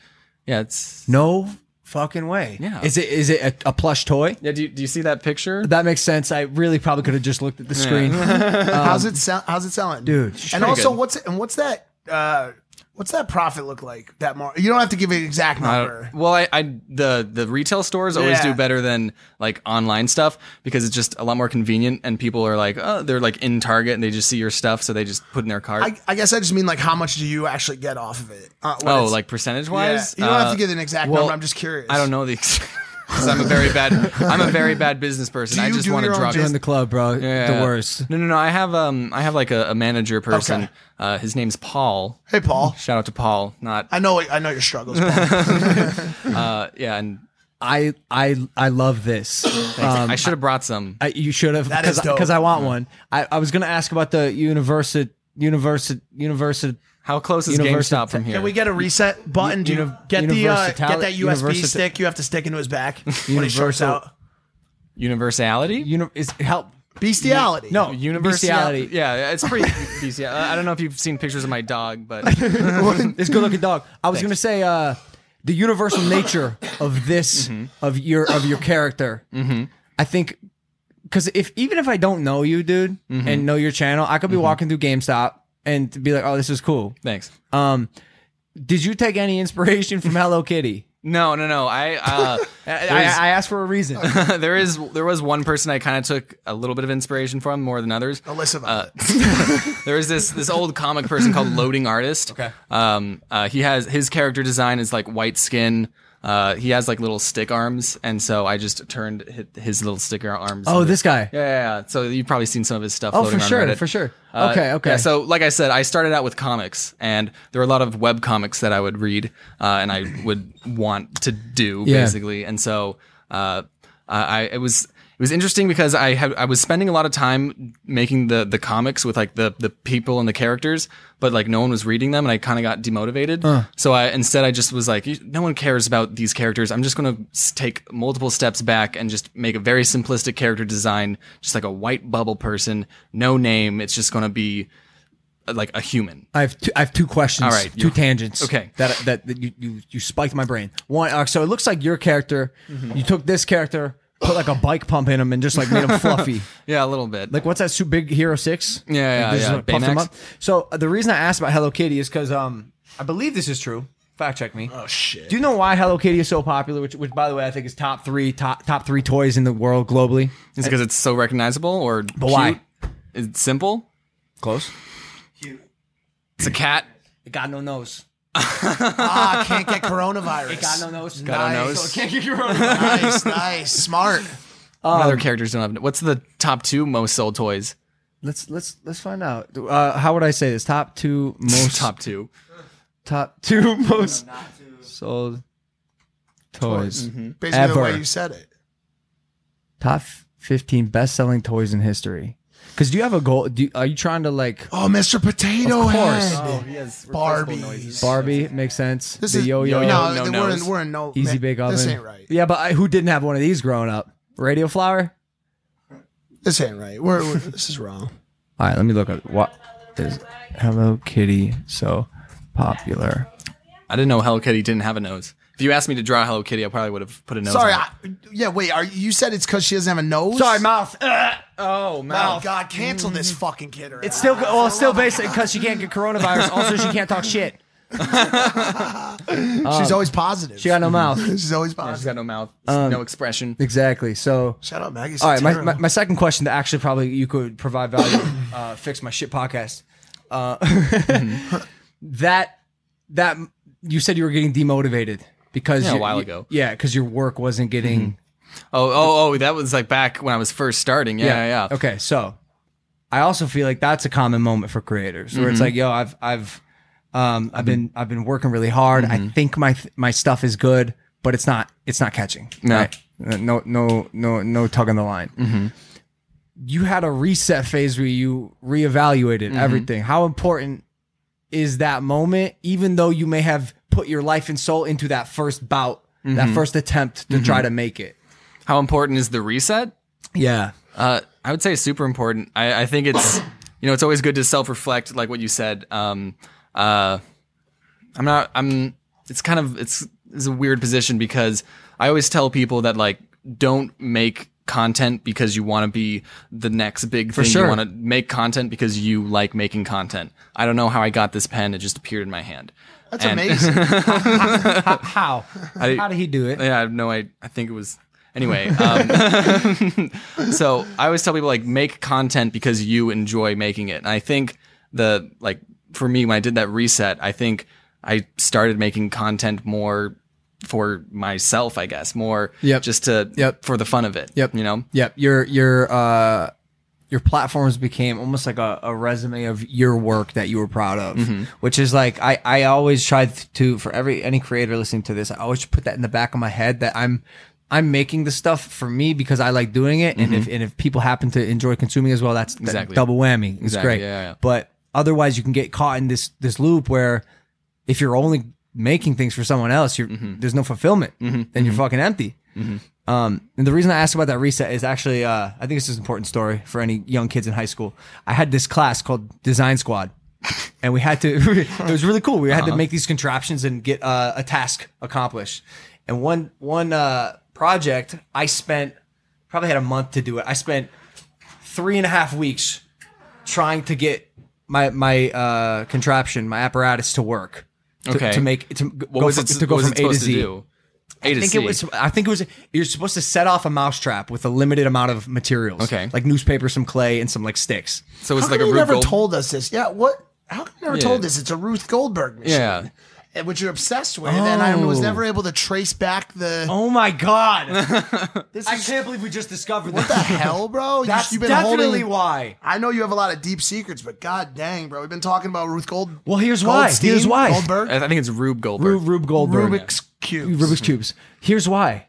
S3: Yeah, it's
S2: No fucking way.
S3: Yeah.
S2: Is it is it a, a plush toy?
S3: Yeah. Do you, do you see that picture?
S2: That makes sense. I really probably could have just looked at the
S3: Yeah.
S2: screen.
S4: how's
S2: Um,
S4: it sound? How's it selling,
S2: Dude,
S4: And
S2: pretty
S4: also,
S2: good.
S4: what's and what's that? Uh, what's that profit look like? That mar- you don't have to give an exact
S3: I
S4: number.
S3: don't- well, I, I the the retail stores always
S4: Yeah.
S3: do better than like online stuff because it's just a lot more convenient and people are like, oh, they're like in Target and they just see your stuff, so they just put in their cart.
S4: I, I guess I just mean like how much do you actually get off of it? Uh, when
S3: oh,
S4: it's-
S3: like percentage wise?
S4: Yeah. You don't have to give an exact
S3: well,
S4: number. I'm just curious.
S3: I don't know the. Ex- 'cause I'm a very bad. I'm a very bad business person.
S4: Do
S3: I
S4: you
S3: just
S4: do
S3: want to
S4: your own
S3: drop
S2: Join the club, bro.
S3: Yeah.
S2: The worst.
S3: No, no, no. I have um, I have like a, a manager person.
S2: Okay.
S3: Uh, his name's Paul.
S4: Hey, Paul.
S3: Shout out to Paul. Not
S4: I know. I know your struggles. Paul.
S3: uh, yeah, and
S2: I I I love this.
S3: I should have brought some.
S2: Um, I, you should have
S3: That is dope.
S2: because I want one. I, I was gonna ask about the university university university.
S3: How close is GameStop from here?
S4: Can we get a reset button? Do
S2: Uni-
S4: you get the uh,
S2: universatali-
S4: get that USB
S2: universata-
S4: stick? You have to stick into his back when he shorts
S2: Universal-
S4: out.
S3: Universality?
S2: Uni- is help.
S4: Bestiality.
S2: No,
S3: Universality.
S2: universality.
S3: Yeah, yeah, it's pretty bestiality. I don't know if you've seen pictures of my dog, but
S2: it's good looking dog. I was gonna say uh, the universal nature of this of your of your character.
S3: Mhm.
S2: I think because if even if I don't know you, dude,
S3: Mhm.
S2: and know your channel, I could be walking through GameStop and be like, "Oh, this is cool."
S3: Thanks.
S2: Um, did you take any inspiration from Hello Kitty?
S3: no, no, no. I uh,
S2: I,
S3: there's-
S2: I asked for a reason.
S3: there is there was one person I kind of took a little bit of inspiration from more than others.
S4: Alyssa.
S3: Uh, there is this this old comic person called Loading Artist. Okay. Um. Uh, he has his character design is like white skin. Uh, he has like little stick arms, and so I just turned hi- his little sticker arms.
S2: Oh,
S3: into-
S2: this guy.
S3: Yeah, yeah, yeah. So you've probably seen some of his stuff.
S2: Oh,
S3: floating
S2: for
S3: on
S2: sure,
S3: Reddit. Uh,
S2: for sure. Okay, okay.
S3: yeah, so, like I said, I started out with comics, and there were a lot of web comics that I would read, uh, and I would want to do
S2: Yeah.
S3: basically. And so, uh, I it was it was interesting because I had I was spending a lot of time making the the comics with like the the people and the characters, but like no one was reading them, and I kind of got demotivated.
S2: Huh.
S3: So I instead I just was like, "You- no one cares about these characters. I'm just gonna s- take multiple steps back and just make a very simplistic character design, just like a white bubble person, no name. It's just gonna be uh, like a human.
S2: I have two, I have two questions.
S3: All right,
S2: two
S3: you-
S2: tangents.
S3: okay.
S2: that that, that you, you you spiked my brain. One, uh, so it looks like your character.
S3: Mm-hmm.
S2: You took this character, put like a bike pump in him, and just like made him fluffy.
S3: yeah, a little bit.
S2: Like what's that? Su- Big Hero Six.
S3: Yeah, yeah,
S2: They just,
S3: yeah.
S2: like, puffed him
S3: Baymax.
S2: up. So uh, the reason I asked about Hello Kitty is because um I believe this is true. Fact check me. Oh
S4: shit.
S2: Do you know why Hello Kitty is so popular? Which, which by the way, I think is top three top top three toys in the world globally.
S3: Is it because it's so recognizable or
S2: But why?
S3: Is it simple?
S2: Close.
S3: It's a cat.
S2: It got no nose.
S4: ah, can't get coronavirus.
S2: It got no nose.
S3: Got no
S4: nice.
S3: nose. So
S2: it can't get
S4: coronavirus. nice, nice, smart.
S3: What other characters don't have? What's the top two most sold toys?
S2: Let's let's let's find out. Uh, how would I say this? Top two most
S3: top two
S2: top two most sold toys
S4: Basically, the
S2: ever.
S4: way you said it.
S2: Top fifteen best selling toys in history. Because do you have a goal? Do you, are you trying to like?
S4: Oh, Mr. Potato
S2: Of course.
S4: Head.
S2: Oh,
S4: he has Barbie.
S2: Barbie makes sense.
S4: This
S2: the
S4: is-
S2: yo-yo,
S4: No, No we're in- nose. we're in no-
S2: easy
S4: man,
S2: bake oven.
S4: this ain't right.
S2: Yeah, but I, who didn't have one of these growing up? Radio Flower.
S4: This ain't right. We're, we're- this is wrong.
S2: All right, let me look at what is Hello Kitty so popular.
S3: I didn't know Hello Kitty didn't have a nose. If you asked me to draw Hello Kitty, I probably would have put a nose.
S4: Sorry.
S3: on it.
S4: I, yeah, wait. Are you said it's because she doesn't have a nose?
S2: Sorry, mouth. Ugh. oh,
S4: Oh
S2: mouth.
S4: God, cancel this fucking kid. Around.
S2: It's still well, it's still basic because she can't get coronavirus. Also, she can't talk shit.
S4: She's always positive.
S2: She got no mouth.
S4: She's always
S3: Yeah, she's
S4: positive.
S3: got no mouth,
S2: Um,
S3: no expression.
S2: Exactly. So
S4: Shout out Maggie
S2: All right, my,
S4: Sotero.
S2: my, my second question that actually probably you could provide value, uh, fix my shit podcast. Uh, That that you said you were getting demotivated because
S3: Yeah, a
S2: you-
S3: while
S2: you-
S3: ago.
S2: Yeah, because your work wasn't getting.
S3: Oh, oh, oh! That was like back when I was first starting. Yeah, yeah. yeah.
S2: Okay, so I also feel like that's a common moment for creators where it's
S3: Mhm.
S2: like, yo, I've I've um, I've been
S3: Mm-hmm.
S2: I've been working really hard. I think my th- my stuff is good, but it's not it's not catching.
S3: No.
S2: Uh, No no no no tug on the line.
S3: Mm-hmm.
S2: You had a reset phase where you reevaluated
S3: Mhm.
S2: everything. How important is that moment even though you may have put your life and soul into that first bout, that
S3: Mhm.
S2: first attempt to
S3: Mhm.
S2: try to make it?
S3: How important is the reset?
S2: Yeah.
S3: Uh, I would say super important. I, I think it's you know it's always good to self reflect, like what you said. Um, uh, I'm not. I'm. It's kind of. It's this is a weird position because I always tell people that like don't make content because you want to be the next big
S12: For
S3: thing.
S12: sure.
S3: You want to make content because you like making content. I don't know how I got this pen; it just appeared in my hand.
S4: That's
S3: And-
S4: amazing.
S2: How?
S3: I-
S2: How did he do it?
S3: Yeah, I have no idea. I think it was. Anyway, um, so I always tell people like make content because you enjoy making it. And I think the like for me when I did that reset, I think I started making content more for myself, I guess, more
S2: Yep.
S3: just to for the fun of it.
S2: Yep.
S3: You know?
S2: Yep. Your your uh your platforms became almost like a, a resume of your work that you were proud of,
S3: Mhm.
S2: which is like I, I always tried to for every any creator listening to this, I always put that in the back of my head that I'm I'm making the stuff for me because I like doing it, and if
S3: Mhm.
S2: and if people happen to enjoy consuming as well, that's that
S3: Exactly.
S2: double whammy. It's
S3: Exactly.
S2: great,
S3: Yeah, yeah.
S2: but otherwise you can get caught in this this loop where if you're only making things for someone else, you're,
S3: Mm-hmm.
S2: there's no fulfillment, then you're fucking empty.
S3: Mhm.
S2: Um, and the reason I asked about that reset is actually, uh, I think this is an important story for any young kids in high school. I had this class called Design Squad, and we had to. it was really cool. We had to
S3: Uh-huh.
S2: make these contraptions and get uh, a task accomplished. And one one uh, project, I spent probably had a month to do it. I spent three and a half weeks trying to get my my uh, contraption, my apparatus to work. To,
S3: Okay.
S2: To make to
S3: What
S2: go,
S3: was
S2: fr-
S3: it-
S2: to go
S3: what was
S2: from
S3: it
S2: A to
S3: supposed to
S2: Z.
S3: do? A
S2: I
S3: to
S2: think
S3: C.
S2: it was. I think it was. You're supposed to set off a mousetrap with a limited amount of materials. Okay. Like newspaper, some clay, and some like sticks.
S3: So
S4: How come you never told us this? Yeah, what? How come you never
S2: Yeah.
S4: told us? It's a Ruth Goldberg machine.
S2: Yeah.
S4: eh, Which you're obsessed with, and I was
S2: Oh.
S4: never able to trace back the.
S2: Oh my god! I can't believe we just discovered
S4: What the hell, bro? You-
S2: That's
S4: you've been
S2: definitely
S4: holding-
S2: why.
S4: I know you have a lot of deep secrets, but god dang, bro, we've been talking about Ruth Gold.
S2: Well, here's why.
S4: Goldstein,
S2: Here's why.
S4: Goldberg.
S3: I think it's Rube Goldberg.
S2: Rube, Rube Goldberg.
S4: Rubik's cubes.
S2: Rubik's cubes. Here's why.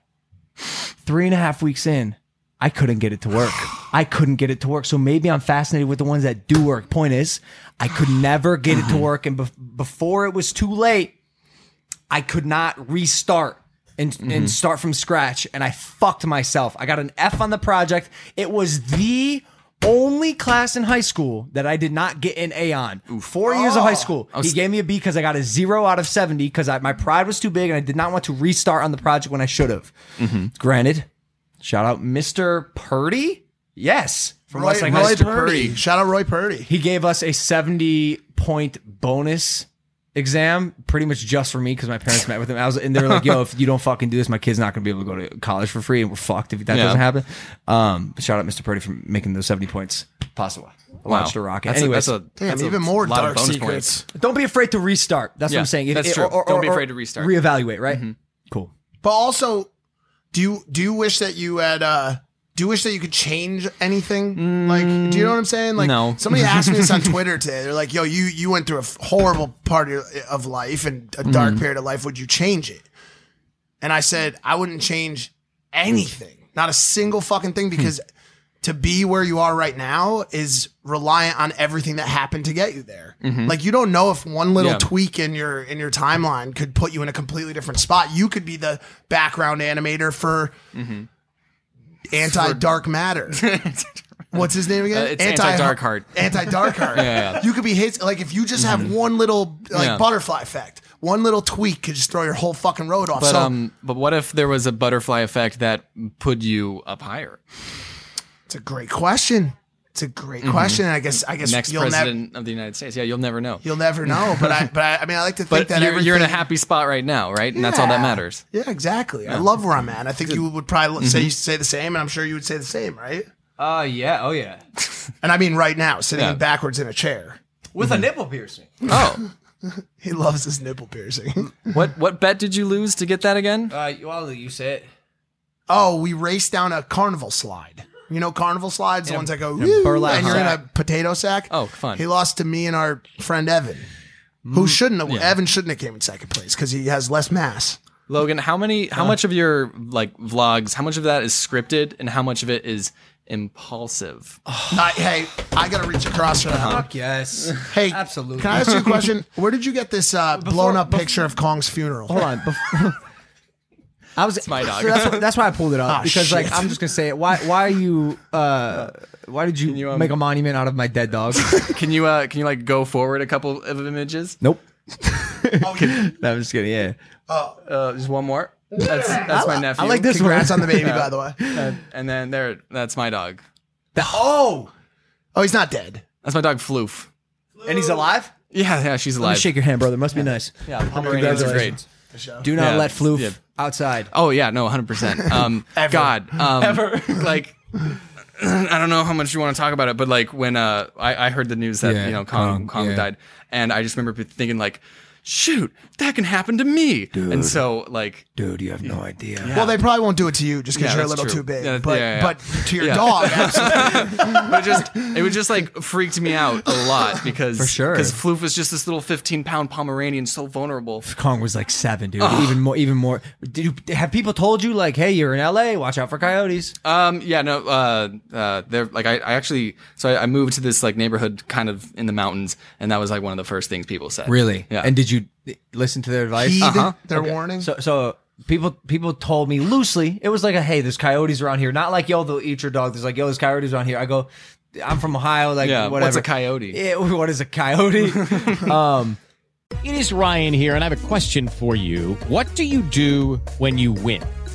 S2: Three and a half weeks in, I couldn't get it to work. I couldn't get it to work. So maybe I'm fascinated with the ones that do work. Point is, I could never get it to work, and bef- before it was too late, I could not restart. And,
S3: Mhm.
S2: and start from scratch, and I fucked myself. I got an F on the project. It was the only class in high school that I did not get an A on. Four years of high school.
S3: I was-
S2: he gave me a B because I got a zero out of 70 because my pride was too big and I did not want to restart on the project when I should have.
S3: Mhm.
S2: Granted, shout out Mr. Purdy. Yes. From
S4: Roy,
S2: Westlake
S4: Roy
S2: High School.
S4: Purdy. Shout out Roy Purdy.
S2: He gave us a 70 point bonus exam pretty much just for me because my parents met with him. I was and they were like, yo, if you don't fucking do this, my kid's not gonna be able to go to college for free and we're fucked if that
S3: Yeah.
S2: doesn't happen. Um but shout out Mr. Purdy for making those 70 points possible. Launched a rocket.
S3: That's a-
S2: Anyways,
S3: that's a- Damn, that's a even more lot of dark bonus secrets.
S2: Don't be afraid to restart. That's what
S3: Yeah,
S2: I'm saying. If-
S3: that's
S2: it-
S3: true. Don't be afraid to restart. Mm-hmm.
S2: Reevaluate, right?
S4: But also, do you do you wish that you had uh do you wish that you could change anything? like, do you know what I'm saying? Like,
S3: no.
S4: somebody asked me this on Twitter today. They're like, "Yo, you you went through a f- horrible part of- of life and a dark
S3: Mhm.
S4: period of life. Would you change it?" And I said, "I wouldn't change anything. Not a single fucking thing
S3: Hmm.
S4: because to be where you are right now is reliant on everything that happened to get you there.
S3: Mhm.
S4: Like, you don't know if one little
S3: Yeah.
S4: tweak in your in your timeline could put you in a completely different spot. You could be the background animator for
S3: Mhm.
S4: anti dark matter. What's his name again?
S3: Uh, it's Anti-Dark Heart.
S4: Anti dark heart.
S3: Yeah, yeah.
S4: You could be his like if you just have
S3: Mhm.
S4: one little like
S3: Yeah.
S4: butterfly effect, one little tweak could just throw your whole fucking road off.
S3: But
S4: so
S3: um, but what if there was a butterfly effect that put you up higher?
S4: it's a great question. It's a great
S3: Mhm.
S4: question. I guess I guess
S3: next
S4: you'll never
S3: president of the United States. Yeah, you'll never know.
S4: you'll never know. But I but I, I mean I like to think
S3: But
S4: that
S3: you're, you're in a
S4: everything-
S3: happy spot right now, right? And that's all that
S4: Yeah.
S3: matters.
S4: Yeah, exactly. I
S3: Yeah.
S4: love where I'm at. I think you would probably say
S3: Mhm.
S4: you say the same, and I'm sure you would say the same, right?
S2: Uh yeah, oh yeah.
S4: And I mean right now, sitting
S2: Yeah.
S4: backwards in a chair.
S2: With a nipple piercing.
S3: Oh,
S4: He loves his nipple piercing.
S3: what what bet did you lose to get that again?
S2: Uh well you say it.
S4: Oh, we raced down a carnival slide. You know carnival slides, the
S3: In a-
S4: ones that go
S3: in a
S4: "Woo,"
S3: burlap
S4: and you're in a
S3: sack.
S4: potato sack.
S3: Oh, fun.
S4: He lost to me and our friend Evan, who
S3: Mm,
S4: shouldn't have.
S3: yeah.
S4: Evan shouldn't have came in second place because he has less mass.
S3: Logan, how many
S4: Uh.
S3: how much of your like vlogs, how much of that is scripted and how much of it is impulsive?
S4: I, hey, I gotta reach across for that.
S3: Uh-huh.
S4: one.
S2: Fuck yes.
S4: Hey,
S2: absolutely.
S4: Can I ask you a question? Where did you get this uh, blown up picture of Kong's funeral?
S2: Hold on. Before, I was
S3: my dog.
S2: So that's, why- that's why I pulled it up
S4: Ah,
S2: because like
S4: shit.
S2: I'm just gonna say it. Why why are you uh why did you,
S3: um,
S2: make a monument out of my dead dog?
S3: can you uh can you like go forward a couple of images?
S2: nope. No, I'm just kidding. Yeah.
S4: Oh,
S3: uh, just one more. That's that's
S4: I
S3: my
S4: li-
S3: nephew.
S4: I like this one. Congrats on the baby,
S3: Yeah.
S4: by the way.
S3: Uh, and then there, that's my dog.
S4: oh, oh, he's not dead.
S3: That's my dog Floof.
S4: And he's alive?
S3: Yeah, yeah, she's
S2: Let me
S3: alive.
S2: shake your hand, brother. Must be nice.
S3: Yeah, Pomeranians are great.
S2: Do not
S3: Yeah.
S2: let floof
S3: Yeah.
S2: outside.
S3: Oh yeah, no, hundred percent. Um, God, um,
S2: Ever.
S3: like. I don't know how much you want to talk about it, but like when uh, I, I heard the news that
S11: Yeah,
S3: you know Kong
S11: Kong,
S3: Kong, had
S11: yeah.
S3: died, and I just remember thinking like, shoot, that can happen to me. And
S11: Dude.
S3: so like,
S2: dude, you have no idea.
S4: Well, they probably won't do it to you just because
S3: Yeah,
S4: you're a
S3: that's
S4: little
S3: true.
S4: too big.
S3: Yeah,
S4: but
S3: yeah, yeah.
S4: but to your
S3: Yeah.
S4: dog, absolutely.
S3: but it just it was just like freaked me out a lot because
S2: For sure.
S3: because Floof was just this little fifteen pound Pomeranian so vulnerable.
S2: Kong was like seven, dude.
S3: Ugh.
S2: Even more, even more. Did you, have people told you like, hey, you're in LA, watch out for coyotes?
S3: Um, yeah, no, uh, uh, they're like, I, I actually, so I, I moved to this like neighborhood kind of in the mountains, and that was like one of the first things people said.
S2: Really?
S3: Yeah.
S2: And did you listen to their advice?
S3: Heed
S4: their warning.
S2: So, so people people told me loosely it was like a hey, there's coyotes around here. Not like yo, they'll eat your dog. There's like yo, there's coyotes around here. I go, I'm from Ohio. Like
S3: Yeah,
S2: whatever.
S3: what's a coyote?
S2: Yeah, what is a coyote? um,
S13: It is Ryan here, and I have a question for you. What do you do when you win?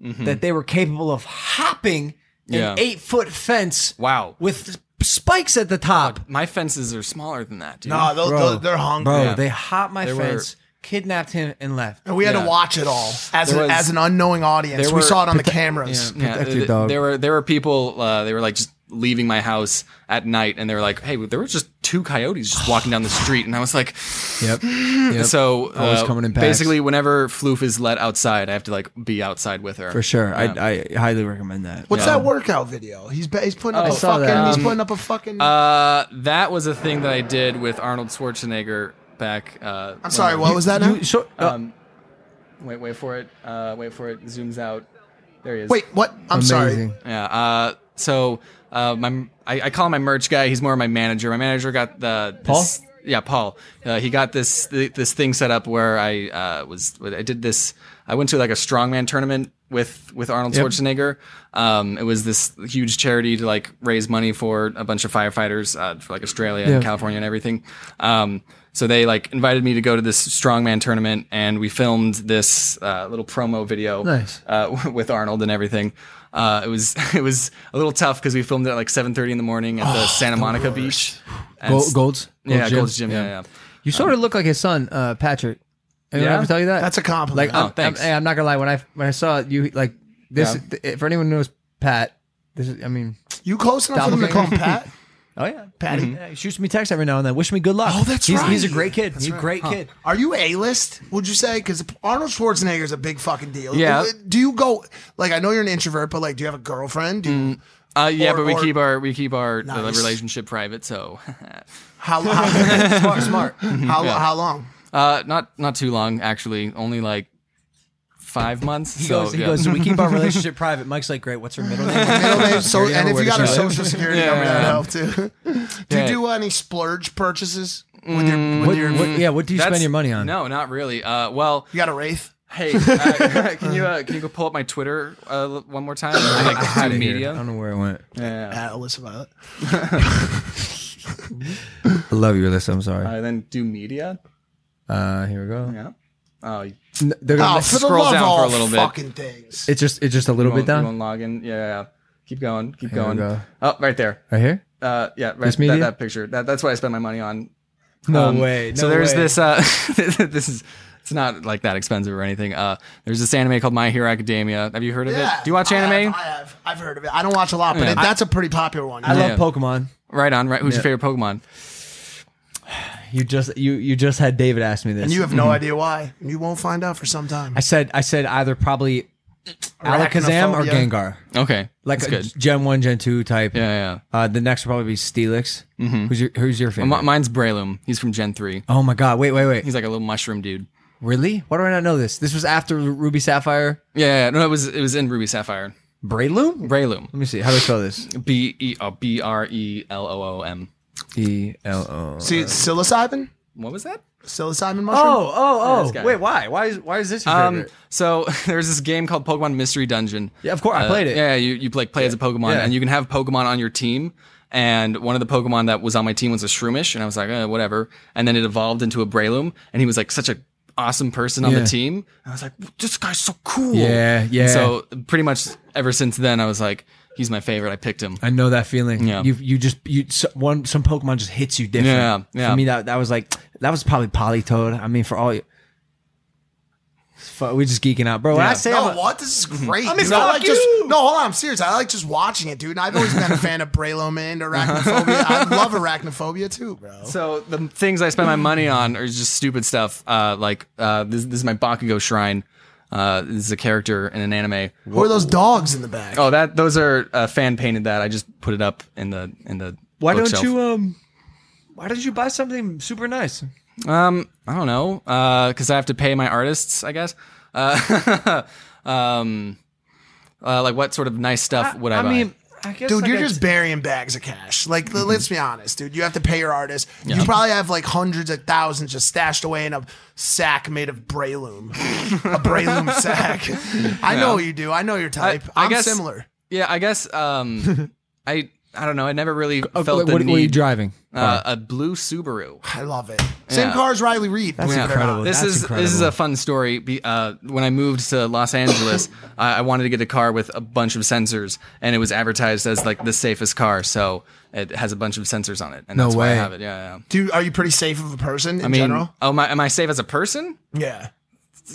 S2: that they were capable of hopping
S3: Mm-hmm. Yeah.
S2: an eight foot fence.
S3: Wow.
S2: With spikes at the top.
S3: My fences are smaller than that, dude.
S4: No, they'll- Bro. they'll- they're hungry.
S2: Bro,
S4: Yeah.
S2: they hopped my
S3: They were-
S2: fence, kidnapped him, and left.
S4: And we had
S3: Yeah.
S4: to watch it all as,
S3: There
S4: a,
S3: was-
S4: as an unknowing audience.
S3: There
S4: we
S3: were-
S4: saw it on the
S3: Protect-
S4: cameras.
S3: Yeah, th- th- There were there were people. Uh, they were like just leaving my house at night, and they were like, "Hey, there were just two coyotes just walking down the street," and I was like,
S2: Yep.
S3: So
S2: Always
S3: uh,
S2: coming in packs.
S3: basically, whenever Floof is let outside, I have to like be outside with her
S2: For sure.
S3: Yeah.
S2: I, I highly recommend that.
S4: What's
S3: Yeah.
S4: that workout video? He's ba- he's putting up
S3: Oh,
S4: a
S3: I saw
S4: fucking.
S3: that.
S4: He's
S3: Um,
S4: putting up a fucking.
S3: Uh, that was a thing that I did with Arnold Schwarzenegger back. Uh,
S4: I'm sorry, what was that now? You- so- uh,
S3: um, wait, wait for it. Uh, wait for it. Zooms out. There he is.
S4: Wait, what? I'm sorry.
S3: Yeah. Uh, so uh, my I, I call him my merch guy. He's more my manager. My manager got the this- Yeah, Paul. Uh, he got this th- this thing set up where I uh, was. I did this. I went to like a strongman tournament with with Arnold
S11: Yep.
S3: Schwarzenegger. Um, it was this huge charity to like raise money for a bunch of firefighters uh, for like Australia
S11: Yeah.
S3: and California and everything. Um, so they like invited me to go to this strongman tournament, and we filmed this uh, little promo video
S2: Nice.
S3: uh, with Arnold and everything. Uh, it was it was a little tough because we filmed it at like 7:30 in the morning at the Santa Monica beach. And
S2: Gold,
S3: s-
S2: Golds? Gold's?
S3: yeah, Gold's Gym, yeah, yeah.
S2: You sort of look like his son, uh, Patrick. Anyone
S3: Yeah?
S2: ever tell you that?
S4: That's a compliment.
S2: Like,
S3: Oh,
S2: I'm,
S3: thanks.
S2: I'm, hey, I'm not gonna lie. When I when I saw you, like this, th- for anyone who knows Pat, this is. I mean,
S4: You close enough for them to call him
S2: doppelganger.
S4: Pat?
S2: oh yeah,
S4: Patty?
S3: Mm-hmm.
S2: Yeah, he shoots me text every now and then. Wish me good luck.
S4: Oh, that's
S2: he's,
S4: right.
S2: He's a great kid.
S4: That's
S2: he's a
S4: right.
S2: great
S4: Huh.
S2: kid.
S4: Are you A list? Would you say? Because Arnold Schwarzenegger's a big fucking deal. Uh,
S3: Yeah.
S4: Do you go like I know you're an introvert, but like, do you have a girlfriend? Do
S2: Mm.
S4: you,
S3: Uh, yeah,
S4: Or-
S3: but we
S4: or-
S3: keep our we keep our uh,
S4: Nice.
S3: relationship private. So
S4: how, how
S2: smart? Smart.
S4: How
S3: Yeah.
S4: how long?
S3: Uh, not not too long actually. Only like five months.
S2: He
S3: so,
S2: goes. He
S3: yeah.
S2: goes. "So we keep our relationship private. Mike's like, great. What's her middle name?
S4: Middle name, oh, so,
S2: Security,
S4: and if you
S2: everywhere
S4: got her
S2: does she live?
S4: social security number, that help too. Do
S3: Yeah.
S4: you do any splurge purchases with your? With
S2: What-
S4: your
S2: what- yeah, what do you spend
S3: That's-
S2: your money on?
S3: No, not really. Uh, well,
S4: you got a wraith.
S3: Hey, uh, can you uh, can you go pull up my Twitter uh, l- one more time? I like
S2: had
S3: do
S2: it here.
S3: media.
S2: I don't know where it went.
S3: Yeah.
S4: At Uh, Alyssa Violet.
S2: I love you, Alyssa. I'm sorry.
S3: Uh, then do media.
S2: Uh, here we go.
S3: Yeah. Oh, you-
S2: N- they're gonna
S4: Oh,
S2: let-
S4: for the
S2: scroll
S4: love
S2: down
S4: of
S2: for
S4: all
S2: a little bit.
S4: fucking things.
S2: It's just it's just a little
S3: You
S2: bit
S3: won't- you
S2: down.
S3: won't log in. Yeah, yeah, yeah. Keep going. Keep
S2: Here we
S3: going.
S2: go.
S3: Oh, right there.
S2: Right here?
S3: Uh, yeah, right.
S2: This
S3: that-
S2: media?
S3: That, picture. That, that's what I spend my money on.
S2: No way,
S3: Um, so
S2: no
S3: there's
S2: way.
S3: this. Uh, this is. It's not like that expensive or anything. Uh, there's this anime called My Hero Academia. Have you heard of
S4: Yeah,
S3: it? Do you watch
S4: I
S3: anime?
S4: have, I have. I've heard of it. I don't watch a lot, but
S3: Yeah.
S4: it, that's a pretty popular one.
S2: I
S3: Yeah.
S2: love Pokemon.
S3: Right on. Right. Who's
S2: Yeah.
S3: your favorite Pokemon?
S2: You just you you just had David ask me this,
S4: and you have no
S2: Mhm.
S4: idea why. You won't find out for some time.
S2: I said I said either probably Alakazam or
S4: Arachnophobia.
S2: Gengar.
S3: Okay,
S2: like
S3: that's
S2: a
S3: good.
S2: Gen One, Gen Two type.
S3: Yeah, Mm-hmm.
S2: yeah. Uh, the next would probably be Steelix. Who's your Who's your favorite?
S3: Mi- mine's Breloom. He's from Gen three.
S2: oh my god! Wait, wait, wait.
S3: He's like a little mushroom dude.
S2: Really? Why do I not know this? This was after Ruby Sapphire.
S3: Yeah, yeah, no, it was it was in Ruby Sapphire.
S2: Breloom?
S3: Breloom.
S2: Let me see. How do I spell this?
S3: B E oh, B R E L O O M.
S2: E L O.
S4: See, psilocybin?
S3: What was that?
S4: Psilocybin mushroom?
S2: Oh,
S3: Yeah,
S2: oh,
S3: this guy.
S2: oh! Wait, why? Why is why is this your
S3: Um,
S2: favorite?
S3: so there's this game called Pokemon Mystery Dungeon. Uh,
S2: Yeah, of course, I played it.
S3: Yeah, you, you play, play as a Pokemon,
S2: Yeah.
S3: and you can have Pokemon on your team. And one of the Pokemon that was on my team was a Shroomish, and I was like, eh, whatever. And then it evolved into a Breloom, and he was like such a awesome person on
S2: Yeah.
S3: the team. And I was like, this guy's so cool.
S2: Yeah,
S3: And
S2: yeah.
S3: so pretty much ever since then, I was like, he's my favorite. I picked him.
S2: I know that feeling.
S3: Yeah.
S2: You you just you so- one some Pokemon just hits you different.
S3: Yeah, yeah.
S2: For me that that was like that was probably Politoed. I mean for all you It's fu- we just geeking out, bro. When I say
S4: no,
S3: Oh,
S2: I'm a-
S4: what? This is great.
S2: I mean,
S4: dude. I
S2: fuck
S4: like just no. Hold on, I'm serious. I like just watching it, dude. And I've always been a fan of Breloom and arachnophobia. I love arachnophobia too, bro.
S2: Oh.
S3: So the things I spend my money on are just stupid stuff. Uh, like uh, this, this is my Bakugo shrine. Uh, this is a character in an anime.
S4: Who are those dogs in the back?
S3: Oh, that those are uh, fan painted. That I just put it up in the in the.
S2: why don't
S3: bookshelf.
S2: you um why don't you buy something super nice?
S3: Um, I don't know. Uh, because I have to pay my artists, I guess. Uh, um, uh, like what sort of nice stuff would I, buy?
S2: I guess
S4: dude,
S2: like
S4: you're
S2: I-
S4: just burying bags of cash. Like, l- let's be honest, dude. You have to pay your artist.
S3: Yeah.
S4: You probably have like hundreds of thousands just stashed away in a sack made of Breloom, a Breloom sack. I know you do. I know your type. I, am similar.
S3: Yeah, I guess. Um, I I don't know. I never really felt
S2: what-
S3: the
S2: what are you
S3: need.
S2: driving?
S3: Uh, a blue Subaru.
S4: I love it. Same car as Riley Reed.
S3: Yeah.
S4: believe it or not.
S3: This is this is a fun story. Be- Uh, when I moved to Los Angeles, I I wanted to get a car with a bunch of sensors, and it was advertised as like the safest car. So it has a bunch of sensors on it, and
S4: No
S3: that's why I
S4: way.
S3: have it. Yeah, yeah.
S4: Dude, are you pretty safe of a person in
S3: I mean,
S4: general?
S3: oh, am I, am I safe as a person?
S4: Yeah.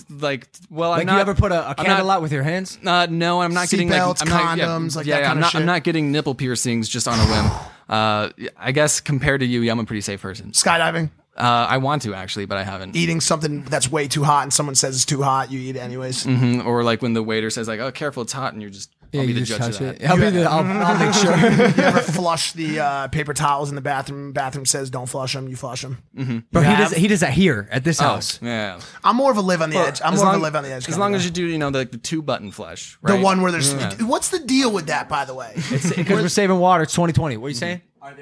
S3: Like, well,
S2: Like
S3: I'm not.
S2: you ever put a, a
S3: I'm
S2: candle
S3: not-
S2: out with your hands?
S3: Uh, no, I'm not getting like
S4: Seatbelts,
S3: I'm not, yeah,
S4: condoms, like
S3: yeah,
S4: that
S3: yeah,
S4: kind
S3: I'm
S4: of
S3: not,
S4: shit.
S3: I'm not getting nipple piercings just on a whim. Uh, I guess compared to you, yeah, I'm a pretty safe person.
S4: Skydiving,
S3: Uh, I want to actually, but I haven't.
S4: eating something that's way too hot, and someone says it's too hot, you eat it anyways.
S3: hmm Or like when the waiter says like, "Oh, careful, it's hot," and you're just I'll be the judge of that.
S2: I'll, be the, I'll, I'll make sure.
S4: you ever flush the uh, paper towels in the bathroom? Bathroom says don't flush them. You flush them.
S3: Mm.
S2: Bro, he does he does that here at this
S3: Oh,
S2: house.
S3: Yeah.
S4: I'm more of a live on the
S3: Well,
S4: edge. I'm
S3: as
S4: more of
S3: long-
S4: a live on the edge.
S3: As
S4: kinda
S3: long
S4: guy.
S3: as you do, you know, the, the two button flush,
S4: the
S3: right?
S4: one where there's
S3: Yeah.
S4: what's the deal with that by the way?
S2: Because we're saving water. It's 2020. What are you saying? Are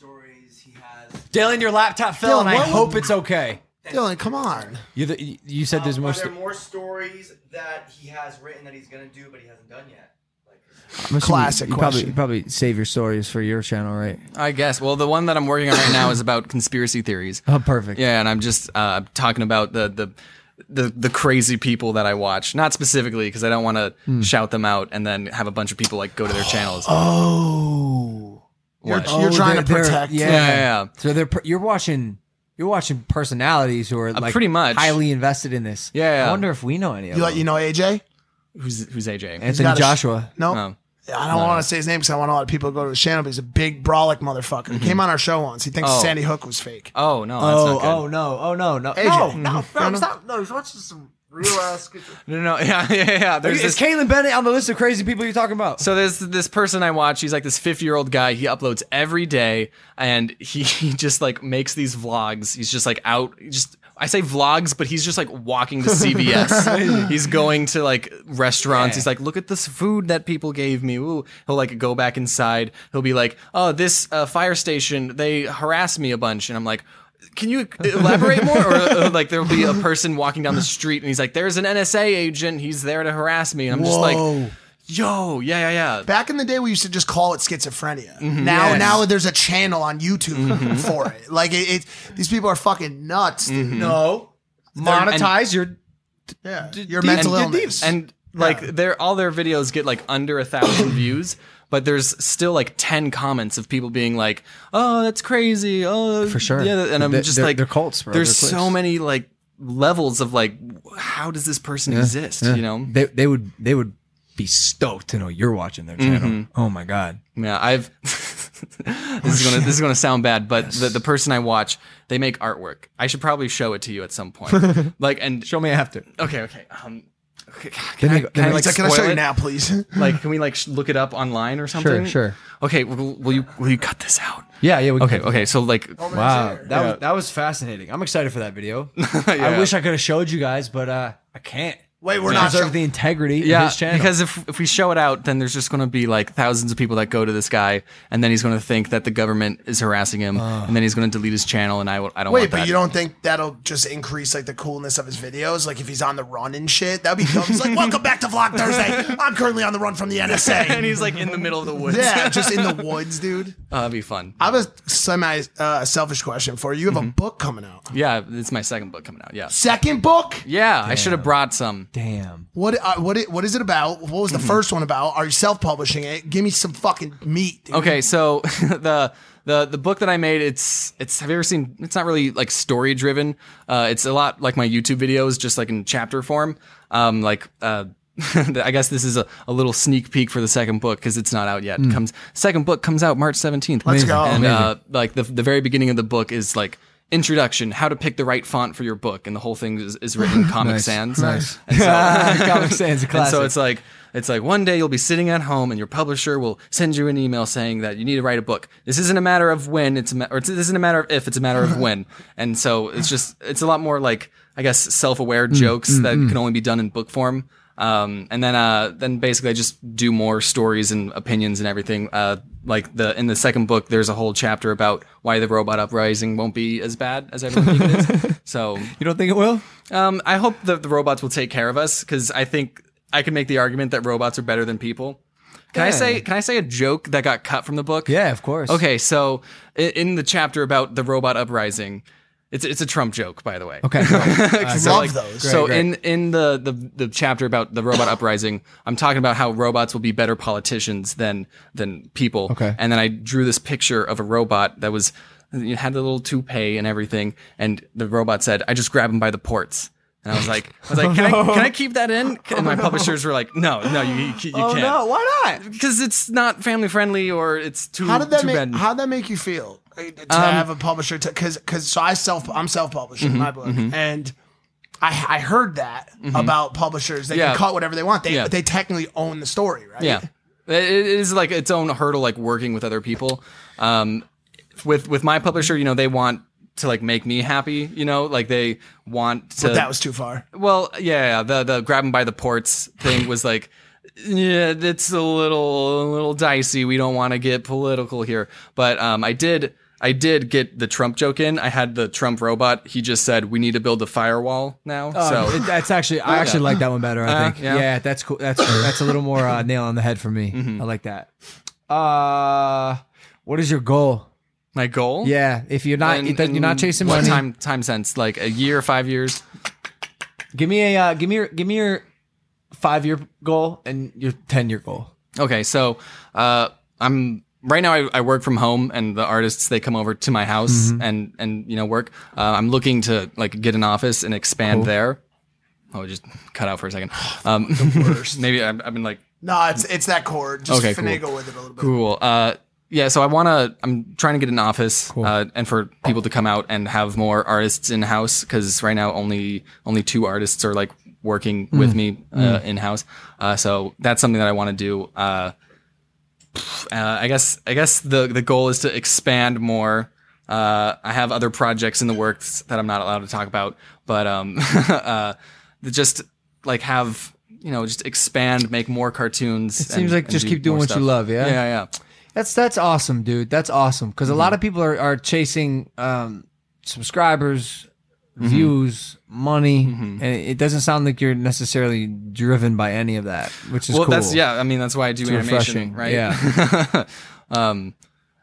S2: there more stories he has? Dylan, your laptop fell,
S4: Dylan,
S2: and I
S4: what-
S2: hope it's okay.
S4: Dylan, come on.
S2: You the, you- you said there's more. sto-
S11: more stories that he has written that he's gonna do but he hasn't done yet?
S2: I'm assuming
S4: Classic
S2: you
S4: question.
S2: Probably, you probably save your stories for your channel, right?
S3: I guess. Well, the one that I'm working on right now is about conspiracy theories.
S2: Oh, perfect.
S3: Yeah, and I'm just uh, talking about the the. The, the crazy people that I watch, not specifically because I don't want to
S4: Hmm.
S3: shout them out and then have a bunch of people like go to their channels.
S4: Oh, you're,
S3: What?
S4: you're
S2: Oh,
S4: trying to
S2: they're- they're-
S4: protect.
S2: Yeah,
S3: Yeah, yeah, yeah.
S2: So they're per- you're watching you're watching personalities who are
S3: Uh,
S2: like
S3: pretty much.
S2: highly invested in this.
S3: Yeah, yeah.
S2: I wonder if we know any of
S4: You like
S2: them.
S4: you know AJ?
S3: Who's who's AJ?
S4: He's
S2: Anthony
S4: got a sh-
S2: Joshua.
S4: no.
S3: No.
S4: I don't want to say his name because I want a lot of people to go to the channel. But he's a big brolic motherfucker. He came on our show once. He thinks
S3: Mm-hmm. Oh.
S4: Sandy Hook was fake.
S3: Oh no, that's
S2: Oh,
S3: not good.
S2: oh no, oh no, no,
S4: AJ.
S2: no, no, bro,
S4: Mhm.
S2: stop.
S11: No, he's watching some real ass.
S3: no, no, yeah, yeah, yeah. There's
S2: Is
S3: this,
S2: Caitlin Bennett on the list of crazy people you're talking about?
S3: So there's this person I watch. He's like this 50 year old guy. He uploads every day, and he, he just like makes these vlogs. He's just like out. Just I say vlogs, but he's just like walking to CVS. he's going to like restaurants. He's like, look at this food that people gave me. Ooh. He'll like go back inside. He'll be like, oh, this uh, fire station. They harass me a bunch, and I'm like. Can you elaborate more? Or uh, like, there'll be a person walking down the street, and he's like, "There's an NSA agent. He's there to harass me." And I'm just like,
S4: Whoa.
S3: Yo, yeah, yeah, yeah.
S4: Back in the day, we used to just call it schizophrenia. Now,
S3: Mm-hmm. Yes. Mm-hmm.
S4: now there's a channel on YouTube for it. Like it, it, these people are fucking nuts. dude.
S3: Mm-hmm.
S2: No, monetize your
S4: yeah, your
S2: deep-
S4: mental
S2: and-
S4: illness.
S3: and like their all their videos get like under a thousand views, but there's still like ten comments of people being like, "Oh, that's crazy." Oh,
S2: For sure.
S3: Yeah, and I'm
S2: They-
S3: just
S2: they're-
S3: like,
S2: they're cults, bro.
S3: There's
S2: They're
S3: so
S2: cliques.
S3: many like levels of like, how does this person exist? You know?
S2: they they would they would be stoked to know you're watching their channel.
S3: Mm-hmm.
S2: Oh my god.
S3: Yeah, I've. this is gonna this is gonna sound bad, but the, the person I watch, they make artwork. I should probably show it to you at some point. like and
S2: Show me after.
S3: okay, okay. Um, okay,
S2: They
S3: can I,
S2: make- they
S3: can I,
S2: make-
S3: like,
S4: Can I show
S3: spoil
S4: you
S3: it?
S4: now, please?
S3: Like, can we like sh- look it up online or something?
S2: sure.
S3: Okay, will, will you will you cut this out?
S2: Yeah, yeah. We
S3: okay, okay. So like,
S4: Oh
S2: Wow, that was that was fascinating. I'm excited for that video. I
S3: Yeah.
S2: wish I could have showed you guys, but uh, I can't.
S4: Wait,
S3: we're not
S2: preserve
S3: show-
S2: the integrity
S3: yeah,
S2: of his channel
S3: because if if we show it out, then there's just going to be like thousands of people that go to this guy, and then he's going to think that the government is harassing him,
S2: Ah.
S3: and then he's going to delete his channel, and I, w- I don't
S4: Wait,
S3: want that.
S4: but you don't think that'll just increase like the coolness of his videos? Like if he's on the run and shit, that'd be dumb. He's like, "Welcome back to Vlog Thursday. I'm currently on the run from the NSA."
S3: and he's like in the middle of the woods.
S4: Yeah, just in the woods, dude.
S3: Uh, that'd be fun.
S4: I have a semi uh, selfish question for you. You have
S3: Mm-hmm.
S4: a book coming out.
S3: Yeah, it's my second book coming out. Yeah.
S4: Second book?
S3: Yeah, I should have brought some.
S2: Damn.
S4: What uh, what i- what is it about? What was the
S3: Mm-hmm.
S4: first one about? Are you self publishing it? Give me some fucking meat. dude.
S3: Okay, so the the the book that I made, it's it's have you ever seen? It's not really like story driven. Uh, it's a lot like my YouTube videos, just like in chapter form. Um, like uh, I guess this is a, a little sneak peek for the second book because it's not out yet.
S2: Mm.
S3: Comes second book comes out March seventeenth.
S2: Let's go.
S3: And uh,
S2: Amazing.
S3: like the the very beginning of the book is like. Introduction: How to pick the right font for your book, and the whole thing is, is written in Comic
S2: Nice.
S3: Sans.
S2: Nice.
S3: And so-
S2: Comic Sans, a
S3: And so
S2: classic.
S3: it's like it's like one day you'll be sitting at home and your publisher will send you an email saying that you need to write a book. This isn't a matter of when it's a ma- or it's, this isn't a matter of if it's a matter of when. And so it's just it's a lot more like I guess self-aware
S2: Mm,
S3: jokes
S2: mm,
S3: that
S2: mm.
S3: can only be done in book form. Um, and then uh, then basically I just do more stories and opinions and everything. Uh, like the in the second book, there's a whole chapter about why the robot uprising won't be as bad as everyone thinks it is. So
S2: you don't think it will?
S3: Um, I hope that the robots will take care of us because I think I can make the argument that robots are better than people. Can I
S2: Yeah.
S3: say can I say a joke that got cut from the book?
S2: Yeah, of course.
S3: Okay, so i- in the chapter about the robot uprising, it's it's a Trump joke, by the way.
S2: Okay,
S3: So,
S2: love
S3: like,
S2: those.
S3: So
S2: Great,
S3: in in the, the the chapter about the robot uprising, I'm talking about how robots will be better politicians than than people.
S2: Okay.
S3: and then I drew this picture of a robot that was it had the little toupee and everything, and the robot said, "I just grabbed him by the ports." And I was like, I
S2: Oh,
S3: was like, can, I, can I keep that in? And my publishers were like, no, no, you, you, you
S4: Oh,
S3: can't.
S4: no,
S2: why not?
S3: Because it's not family friendly or it's too.
S4: How did that
S3: too
S4: make
S3: bad.
S4: How did that make you feel uh, to
S3: Um,
S4: have a publisher? Because because so I self I'm self publishing
S3: Mhm,
S4: my book
S3: mhm.
S4: and. I, I heard that
S3: Mhm.
S4: about publishers. They
S3: Yeah.
S4: can cut whatever they want. They
S3: Yeah.
S4: they technically own the story, right?
S3: Yeah, it it is like its own hurdle, like working with other people. Um, with with my publisher, you know, they want to like make me happy. You know, like they want to.
S4: but that was too far.
S3: Well, yeah, the the grab 'em by the ports thing was like, yeah, it's a little a little dicey. We don't want to get political here, but um, I did I did get the Trump joke in. I had the Trump robot. He just said we need to build a firewall now.
S2: Um,
S3: so
S2: it- that's actually I actually
S3: Yeah.
S2: like that one better. I
S3: Uh,
S2: think. yeah. that's cool. That's that's a little more uh, nail on the head for me.
S3: Mm-hmm.
S2: I like that. Uh, what is your goal?
S3: My goal?
S2: Yeah, if you're not
S3: And-
S2: if you're not
S3: and
S2: chasing
S3: what
S2: money.
S3: Time time sense like a year, five years.
S2: Give me a uh, give me your give me your five year goal and your ten year goal.
S3: Okay, so uh, I'm right now. I, I work from home, and the artists they come over to my house
S2: Mhm.
S3: and and you know work. Uh, I'm looking to like get an office and expand
S2: Cool.
S3: there. Oh, it just cut out for a second. Um, maybe I've, I've been like
S4: No, it's it's that chord. Just
S3: okay,
S4: finagle
S3: cool.
S4: with it a little bit.
S3: Cool. Uh, yeah, so I want to. I'm trying to get an office, uh, and for people to come out and have more artists in house because right now only only two artists are like working with
S2: Mm.
S3: me uh,
S2: Mm.
S3: in house. Uh, so that's something that I want to do. Uh, uh, I guess I guess the the goal is to expand more. Uh, I have other projects in the works that I'm not allowed to talk about, but um, uh, just like have you know just expand, make more cartoons.
S2: It seems like just keep doing what you love. Yeah, Mm-hmm.
S3: yeah, yeah.
S2: That's that's awesome, dude. That's awesome because a lot of people are are chasing um, subscribers, Mm-hmm.
S3: Mhm.
S2: views, money, and it doesn't sound like you're necessarily driven by any of that, which is
S3: well,
S2: cool.
S3: that's yeah. I mean, that's why I do
S2: It's
S3: animation,
S2: refreshing,
S3: right?
S2: yeah.
S3: um,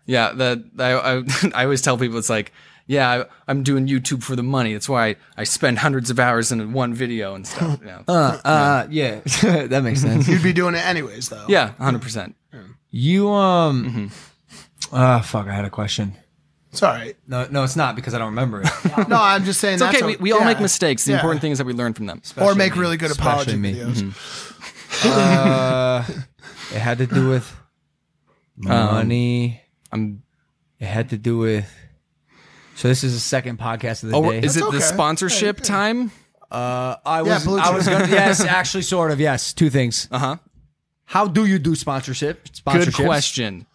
S3: yeah. That I, I I always tell people it's like, yeah, I, I'm doing YouTube for the money. That's why I, spend hundreds of hours in one video and stuff. Yeah,
S2: Uh, uh, yeah, that makes sense.
S4: You'd be doing it anyways, though.
S3: yeah, hundred percent.
S2: You um, ah, fuck, I had a question.
S4: It's all right.
S2: No, no, it's not because I don't remember it.
S4: No, I'm just saying.
S3: It's
S4: that's
S3: okay. We, we all
S4: yeah.
S3: make mistakes. The
S4: Yeah.
S3: important thing is that we learn from them.
S4: or make really good apology videos.
S2: uh, it had to do with
S3: Um,
S2: money. I'm. It had to do with. So this is the second podcast of the
S3: Oh,
S2: day.
S3: is it the sponsorship time?
S2: Uh,
S3: Yeah,
S2: I was.
S3: Blue
S2: I was
S3: Chew.
S2: gonna, yes, actually, sort of. Yes, two
S3: Uh-huh.
S2: things. Uh
S3: huh.
S2: How do you do sponsorship? Sponsorships?
S3: Good question.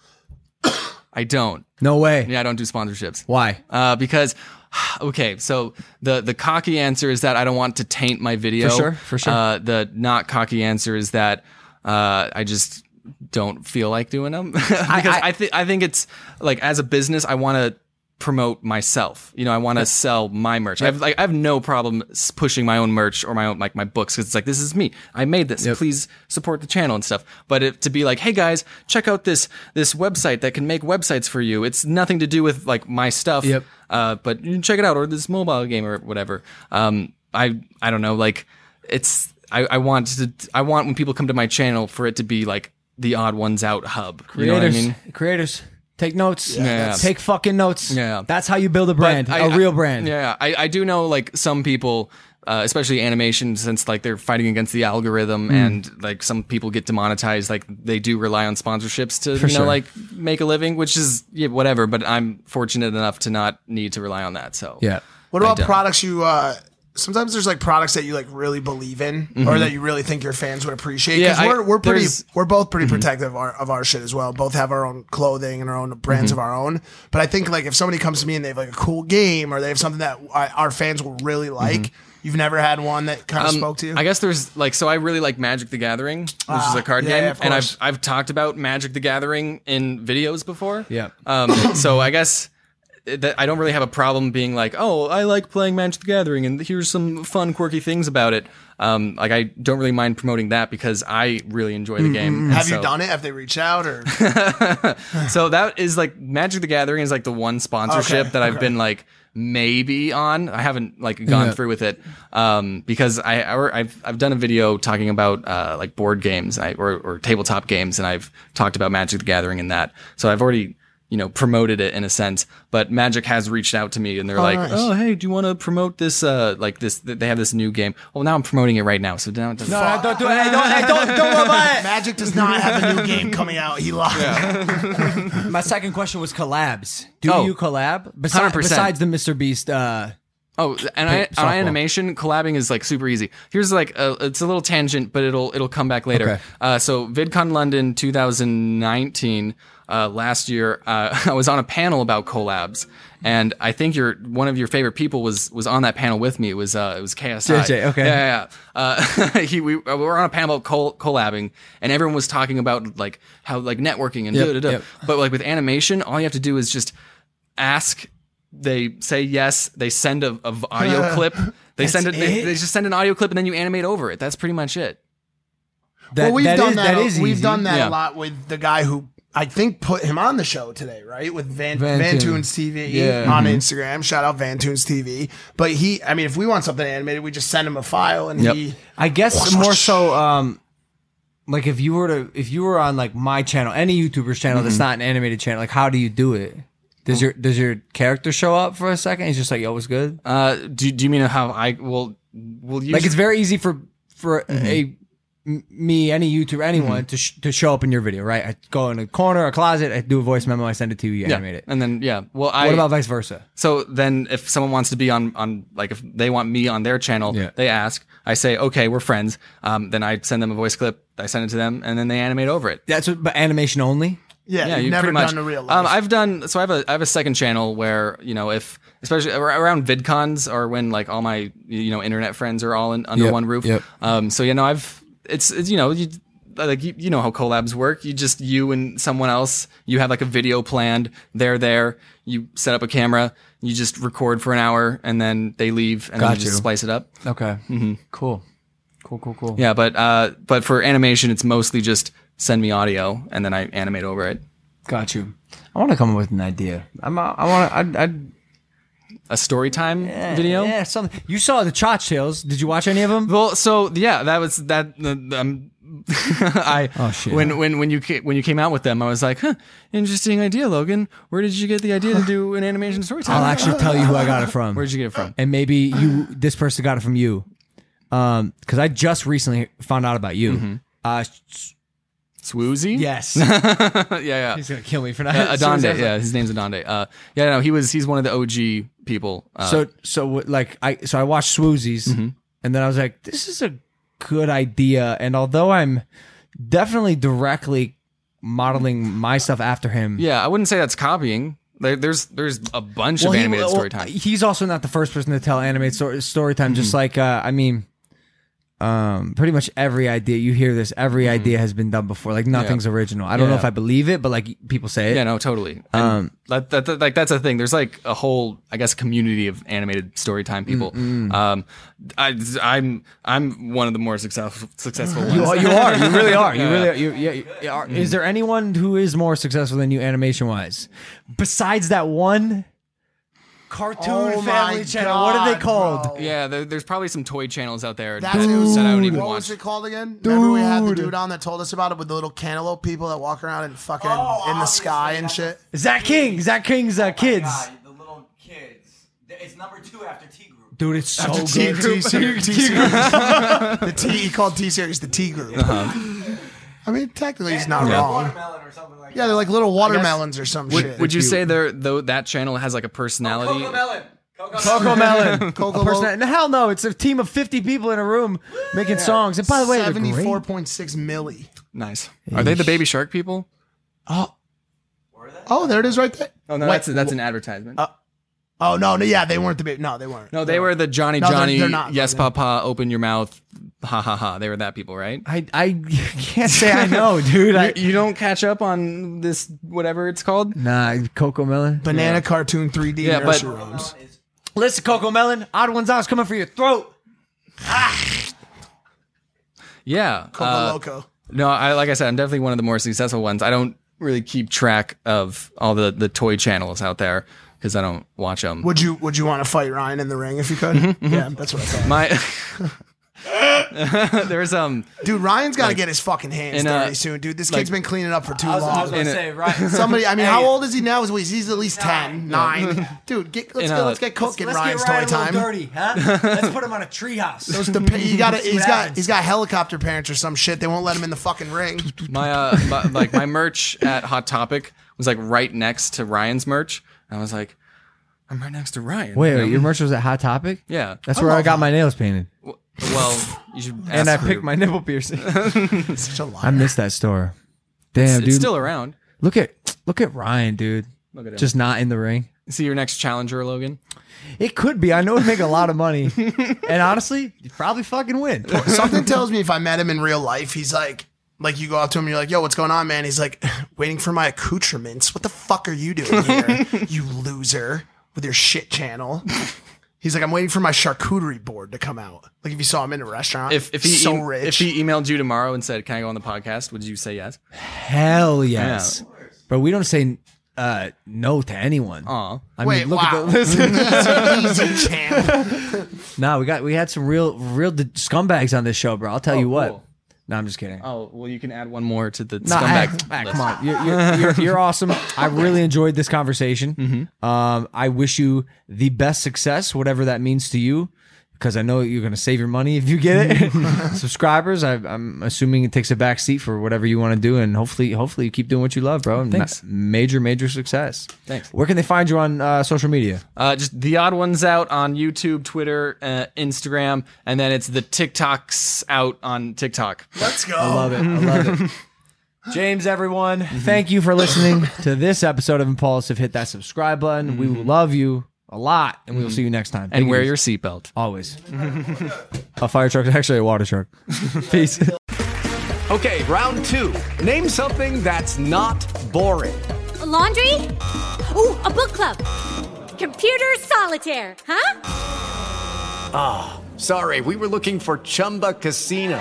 S3: I don't.
S2: No way.
S3: Yeah, I don't do sponsorships.
S2: Why?
S3: Uh, because, okay, so the the cocky answer is that I don't want to taint my video.
S2: For sure, for sure.
S3: Uh, the not cocky answer is that uh, I just don't feel like doing them because I, thi- I think it's like as a business I want to promote myself. You know, I want to sell my merch. I've like I have no problem s- pushing my own merch or my own like my books because it's like this is me. I made this. Please support the channel and stuff. But if, to be like, hey guys, check out this this website that can make websites for you. It's nothing to do with like my stuff. Yep. Uh, but you can check it out or this mobile game or whatever. Um, I I don't know. Like it's I I want to I want when people come to my channel for it to be like the odd ones out hub. You know what I
S2: Creators,
S3: mean?
S2: creators, take notes.
S3: Yeah, that's-
S2: Take fucking notes.
S3: Yeah.
S2: That's how you build a brand,
S3: a
S2: a real brand.
S3: Yeah, I, I do know like some people, uh, especially animation, since like they're fighting against the algorithm
S2: Mm.
S3: and like some people get demonetized. Like they do rely on sponsorships to
S2: For
S3: you know
S2: sure.
S3: like make a living, which is yeah, whatever. But I'm fortunate enough to not need to rely on that. So
S2: yeah,
S4: What
S3: I
S4: about
S3: don't.
S4: products you? uh Sometimes there's like products that you like really believe in, or
S3: Mhm.
S4: that you really think your fans would appreciate.
S3: Yeah,
S4: Because
S3: I-
S4: we're, we're pretty,
S3: there's-
S4: we're both pretty
S3: Mhm.
S4: protective of our, of our shit as well. Both have our own clothing and our own brands
S3: Mhm.
S4: of our own. But I think like if somebody comes to me and they have like a cool game or they have something that I, our fans will really like,
S3: Mhm.
S4: you've never had one that kind of
S3: Um,
S4: spoke to you.
S3: I guess there's like so I really like Magic the Gathering, which
S4: Ah,
S3: is a card
S4: yeah,
S3: game,
S4: yeah, of
S3: and
S4: course.
S3: I've I've talked about Magic the Gathering in videos before.
S2: Yeah.
S3: Um, so I guess that I don't really have a problem being like, oh, I like playing Magic the Gathering, and here's some fun, quirky things about it. Um, like I don't really mind promoting that because I really enjoy the game. and
S4: Have
S3: so-
S4: you done it? Have they reached out or?
S3: so that is like Magic the Gathering is like the one sponsorship
S4: Okay,
S3: that I've
S4: okay.
S3: been like maybe on. I haven't like gone
S2: Yeah.
S3: through with it um, because I or I've I've done a video talking about uh, like board games I, or or tabletop games, and I've talked about Magic the Gathering and that. So I've already you know promoted it in a sense, but Magic has reached out to me and they're
S2: Oh,
S3: like,
S2: nice.
S3: oh hey, do you want to promote this uh like this? th- They have this new game. Well, now I'm promoting it right now, so now it doesn't.
S2: No, no, don't do it. Hey, don't, hey, don't, don't worry about it.
S4: Magic does not have a new game coming out. He lied.
S2: My second question was collabs. Do
S3: Oh.
S2: you collab? Besi-
S3: 100%.
S2: Besides the Mr. Beast. Uh,
S3: Oh, and I,
S2: Pick
S3: on
S2: softball.
S3: animation collabing is like super easy. Here's like a, it's a little tangent, but it'll it'll come back later.
S2: Okay.
S3: Uh, so VidCon London 2019 uh, last year, uh, I was on a panel about collabs, and I think your one of your favorite people was was on that panel with me. It was uh, it was KSI.
S2: JJ, okay.
S3: Yeah, yeah, yeah. Uh, he, we, we were on a panel about col- collabing, and everyone was talking about like how like networking and
S2: Yep,
S3: da da da.
S2: yep.
S3: But like with animation, all you have to do is just ask. They say yes. They send a, a v- audio clip. They
S2: That's
S3: send it, They,
S2: it?
S3: they just send an audio clip, and then you animate over it. That's pretty much it.
S4: well, we've done that.
S2: that is
S4: we've
S2: easy.
S4: done that
S3: Yeah.
S4: a lot with the guy who I think put him on the show today, right? With Van
S2: Van
S4: Van,
S2: Toons.
S4: Toons TV
S2: Yeah.
S4: on
S2: Mhm.
S4: Instagram. Shout out Van Toons TV. But he, I mean, if we want something animated, we just send him a file and he.
S2: I guess more so um like if you were to if you were on like my channel, any YouTuber's channel that's
S4: Mhm.
S2: not an animated channel, like how do you do it? Does your does your character show up for a second? He's just like, yo, what's good?
S3: Uh do do you mean how I will will you
S2: Like it's very easy for for a m- me, any YouTuber, anyone to sh- to show up in your video, right? I go in a corner, a closet, I do a voice memo, I send it to you, you
S3: yeah.
S2: animate it.
S3: And then yeah, well, I
S2: what about vice versa?
S3: So then, if someone wants to be on on like if they want me on their channel, they ask. I say, okay, we're friends. Um, then I send them a voice clip. I send it to them, and then they animate over it.
S2: That's what, but animation only.
S4: Yeah, you've never done a real life.
S3: Um, I've done so. I have a I have a second channel where you know if especially ar- around VidCons or when like all my you know internet friends are all in, under
S2: Yep,
S3: one roof.
S2: yep.
S3: Um, so you know I've it's, it's you know you like you, you know how collabs work. You just you and someone else. You have like a video planned. They're there. You set up a camera. You just record for an hour and then they leave and then
S2: Got
S3: you
S2: you.
S3: just splice it up.
S2: Okay. Mm-hmm.
S3: hmm
S2: Cool. Cool, cool, cool.
S3: Yeah, but uh, but for animation, it's mostly just send me audio and then I animate over it.
S2: Got you. I want to come up with an idea. I'm. I want to. I. I'd,
S3: A story time
S2: video. Yeah, something. You saw the Chotch Tales. Did you watch any of them?
S3: Well, so yeah, that was that. Uh, um, I oh, shit. when when when you ca- when you came out with them, I was like, huh, interesting idea, Logan. Where did you get the idea to do an animation story time?
S2: I'll actually tell you who I got it from.
S3: Where'd you get it from?
S2: And maybe you. This person got it from you. Um, because I just recently found out about you.
S3: Mhm.
S2: Uh,
S3: Swoozy.
S2: Yes.
S3: yeah, yeah.
S2: He's gonna kill me for not.
S3: Uh,
S2: Soon as I
S3: Adonde,
S2: was
S3: yeah,
S2: like-
S3: his name's Adonde. Uh, yeah, no, he was he's one of the OG people. Uh,
S2: so so what- like I so I watched Swoozies, and then I was like, this is a good idea. And although I'm definitely directly modeling my stuff after him.
S3: Yeah, I wouldn't say that's copying. There, there's there's a bunch of
S2: he-
S3: animated
S2: well,
S3: story time.
S2: He's also not the first person to tell animated story, story time.
S3: Mhm.
S2: Just like uh, I mean, um, pretty much every idea you hear this, every idea has been done before. Like nothing's original. I don't
S3: Mm-hmm.
S2: know
S3: Yeah.
S2: if I believe it, but like people say it.
S3: Yeah, no, totally.
S2: Um,
S3: That, that, that- like that's a thing. There's like a whole, I guess, community of animated story time people.
S2: Mm, mm.
S3: Um, I, I'm I'm one of the more successful successful ones.
S2: You are, you are. You really are. You
S3: Yeah. Mm-hmm.
S2: really are. You, yeah, you- you are. Is there anyone who is more successful than you animation wise? Besides that one cartoon
S4: Oh my
S2: family channel. what are they
S4: God,
S2: called?
S3: Yeah, there, there's probably some toy channels out there
S4: That's
S3: that,
S4: it.
S3: that I don't even
S4: what
S3: watch.
S4: was it called again? Remember we had the
S2: Dude.
S4: dude on that told us about it with the little cantaloupe people that walk around and fucking in the sky and shit.
S2: Zach King. Zach
S4: Oh
S2: King's uh, kids.
S11: It's number two after T Group.
S2: Dude, it's so
S4: After
S2: good.
S4: T Group. T
S2: T
S4: series.
S2: group.
S4: The T he called T series the T group. I mean, technically he's not
S3: Uh-huh. Yeah.
S4: wrong. yeah, they're like little watermelons or some
S3: Would,
S4: shit.
S3: would you say there though that channel has like a personality?
S2: Coco Melon.
S4: Coco
S2: A person- no, hell no. It's a team of 50 people in a room making songs. And by the way, they're great.
S4: seventy-four point six milli.
S3: Nice. Are they the Baby Shark people?
S4: Oh, oh, there it is right there.
S3: Oh no,
S4: Wait,
S3: that's that's an advertisement.
S4: Oh no, no, yeah, they weren't the baby. No, they weren't.
S3: no, they were the Johnny
S4: No, they're-
S3: Johnny.
S4: they're not.
S3: yes, Papa, open your mouth. Ha ha ha. They were that people, right?
S2: I I can't say I know, dude. I,
S3: you, you don't catch up on this whatever it's called.
S2: nah, Coco Melon.
S4: Banana cartoon 3D
S3: Yeah, but-
S4: nursery rhymes.
S2: Listen, Coco Melon, odd ones out is coming for your throat.
S3: Yeah. uh,
S4: Coco Loco.
S3: No, I like I said, I'm definitely one of the more successful ones. I don't really keep track of all the the toy channels out there because I don't watch them.
S4: Would you Would you want to fight Ryan in the ring if you could?
S3: Mm-hmm,
S4: Yeah, that's what I thought.
S3: My there's um
S4: Dude, Ryan's got to
S3: Like,
S4: get his fucking hands
S3: in a-
S4: dirty soon, dude. This
S3: like-
S4: kid's been cleaning up for too
S2: I was- I
S4: long.
S2: was gonna In a- say, right.
S4: Somebody, I mean,
S2: Hey.
S4: how old is he now? He's he's at least 10, 9. Dude, get, let's,
S3: In
S4: get,
S3: a-
S4: let's get cooking
S2: Let's
S4: Ryan's
S2: get Ryan
S4: toy
S2: a little
S4: time.
S2: dirty, huh? Let's put him on a treehouse.
S4: Those dep- he got a,
S2: See what
S4: he's got
S2: happens.
S4: he's got helicopter parents or some shit. They won't let him in the fucking ring.
S3: my uh my, like my merch at Hot Topic was like right next to Ryan's merch. And I was like, I'm right next to Ryan.
S2: Wait,
S3: You know?
S2: wait, your merch was at Hot Topic?
S3: Yeah.
S2: That's
S3: I
S2: where I
S3: love
S2: got my nails painted.
S3: Well, you should.
S2: And I
S3: ask for-
S2: picked my nipple piercing.
S4: Such a liar.
S2: I miss that store.
S3: It's-
S2: Damn,
S3: it's
S2: dude.
S3: still around.
S2: Look at look at Ryan, dude.
S3: Look at him.
S2: Just not in the ring.
S3: See your next challenger, Logan.
S2: It could be. I know it'd make a lot of money. and honestly, you'd probably fucking win.
S4: Something tells me if I met him in real life, he's like, like you go up to him and you're like, yo, what's going on, man? He's like, waiting for my accoutrements. What the fuck are you doing here, you loser, with your shit channel? He's like, I'm waiting for my charcuterie board to come out. Like if you saw him in a restaurant,
S3: If if he
S4: so
S3: em-
S4: rich,
S3: if he emailed you tomorrow and said, "Can I go on the podcast?" Would you say yes?
S2: Hell yes. But we don't say uh, no to anyone.
S3: Aw.
S2: I
S4: Wait,
S2: mean, look
S4: wow.
S2: at the listen.
S4: Easy channel.
S2: nah, we got we had some real real d- scumbags on this show, bro. I'll tell you what. No, I'm just kidding.
S3: Oh well, you can add one more to the
S2: No,
S3: scumbag.
S2: I- I-
S3: list.
S2: eh, come on, you're, you're, you're, you're awesome. I really enjoyed this conversation.
S3: Mm-hmm.
S2: Um, I wish you the best success, whatever that means to you, because I know you're going to save your money if you get it. Subscribers, I, I'm assuming it takes a back seat for whatever you want to do, and hopefully, hopefully, you keep doing what you love, bro. And
S3: Thanks.
S2: ma- major, major success.
S3: Thanks.
S2: Where can they find you on uh, social media?
S3: Uh, just the odd ones out on YouTube, Twitter, uh, Instagram, and then it's the TikToks out on TikTok.
S4: let's go.
S2: I love it. I love it. James, everyone, thank you for listening to this episode of Impulsive. Hit that subscribe button. We will love you a lot, and we will see you next time.
S3: Mm-hmm. And
S2: Thank
S3: wear
S2: you.
S3: your seatbelt.
S2: Always. a fire truck is actually a water truck. Peace.
S14: Okay, round two. Name something that's not boring.
S6: A laundry? Ooh, a book club. Computer solitaire, huh?
S14: Ah, sorry, we were looking for Chumba Casino.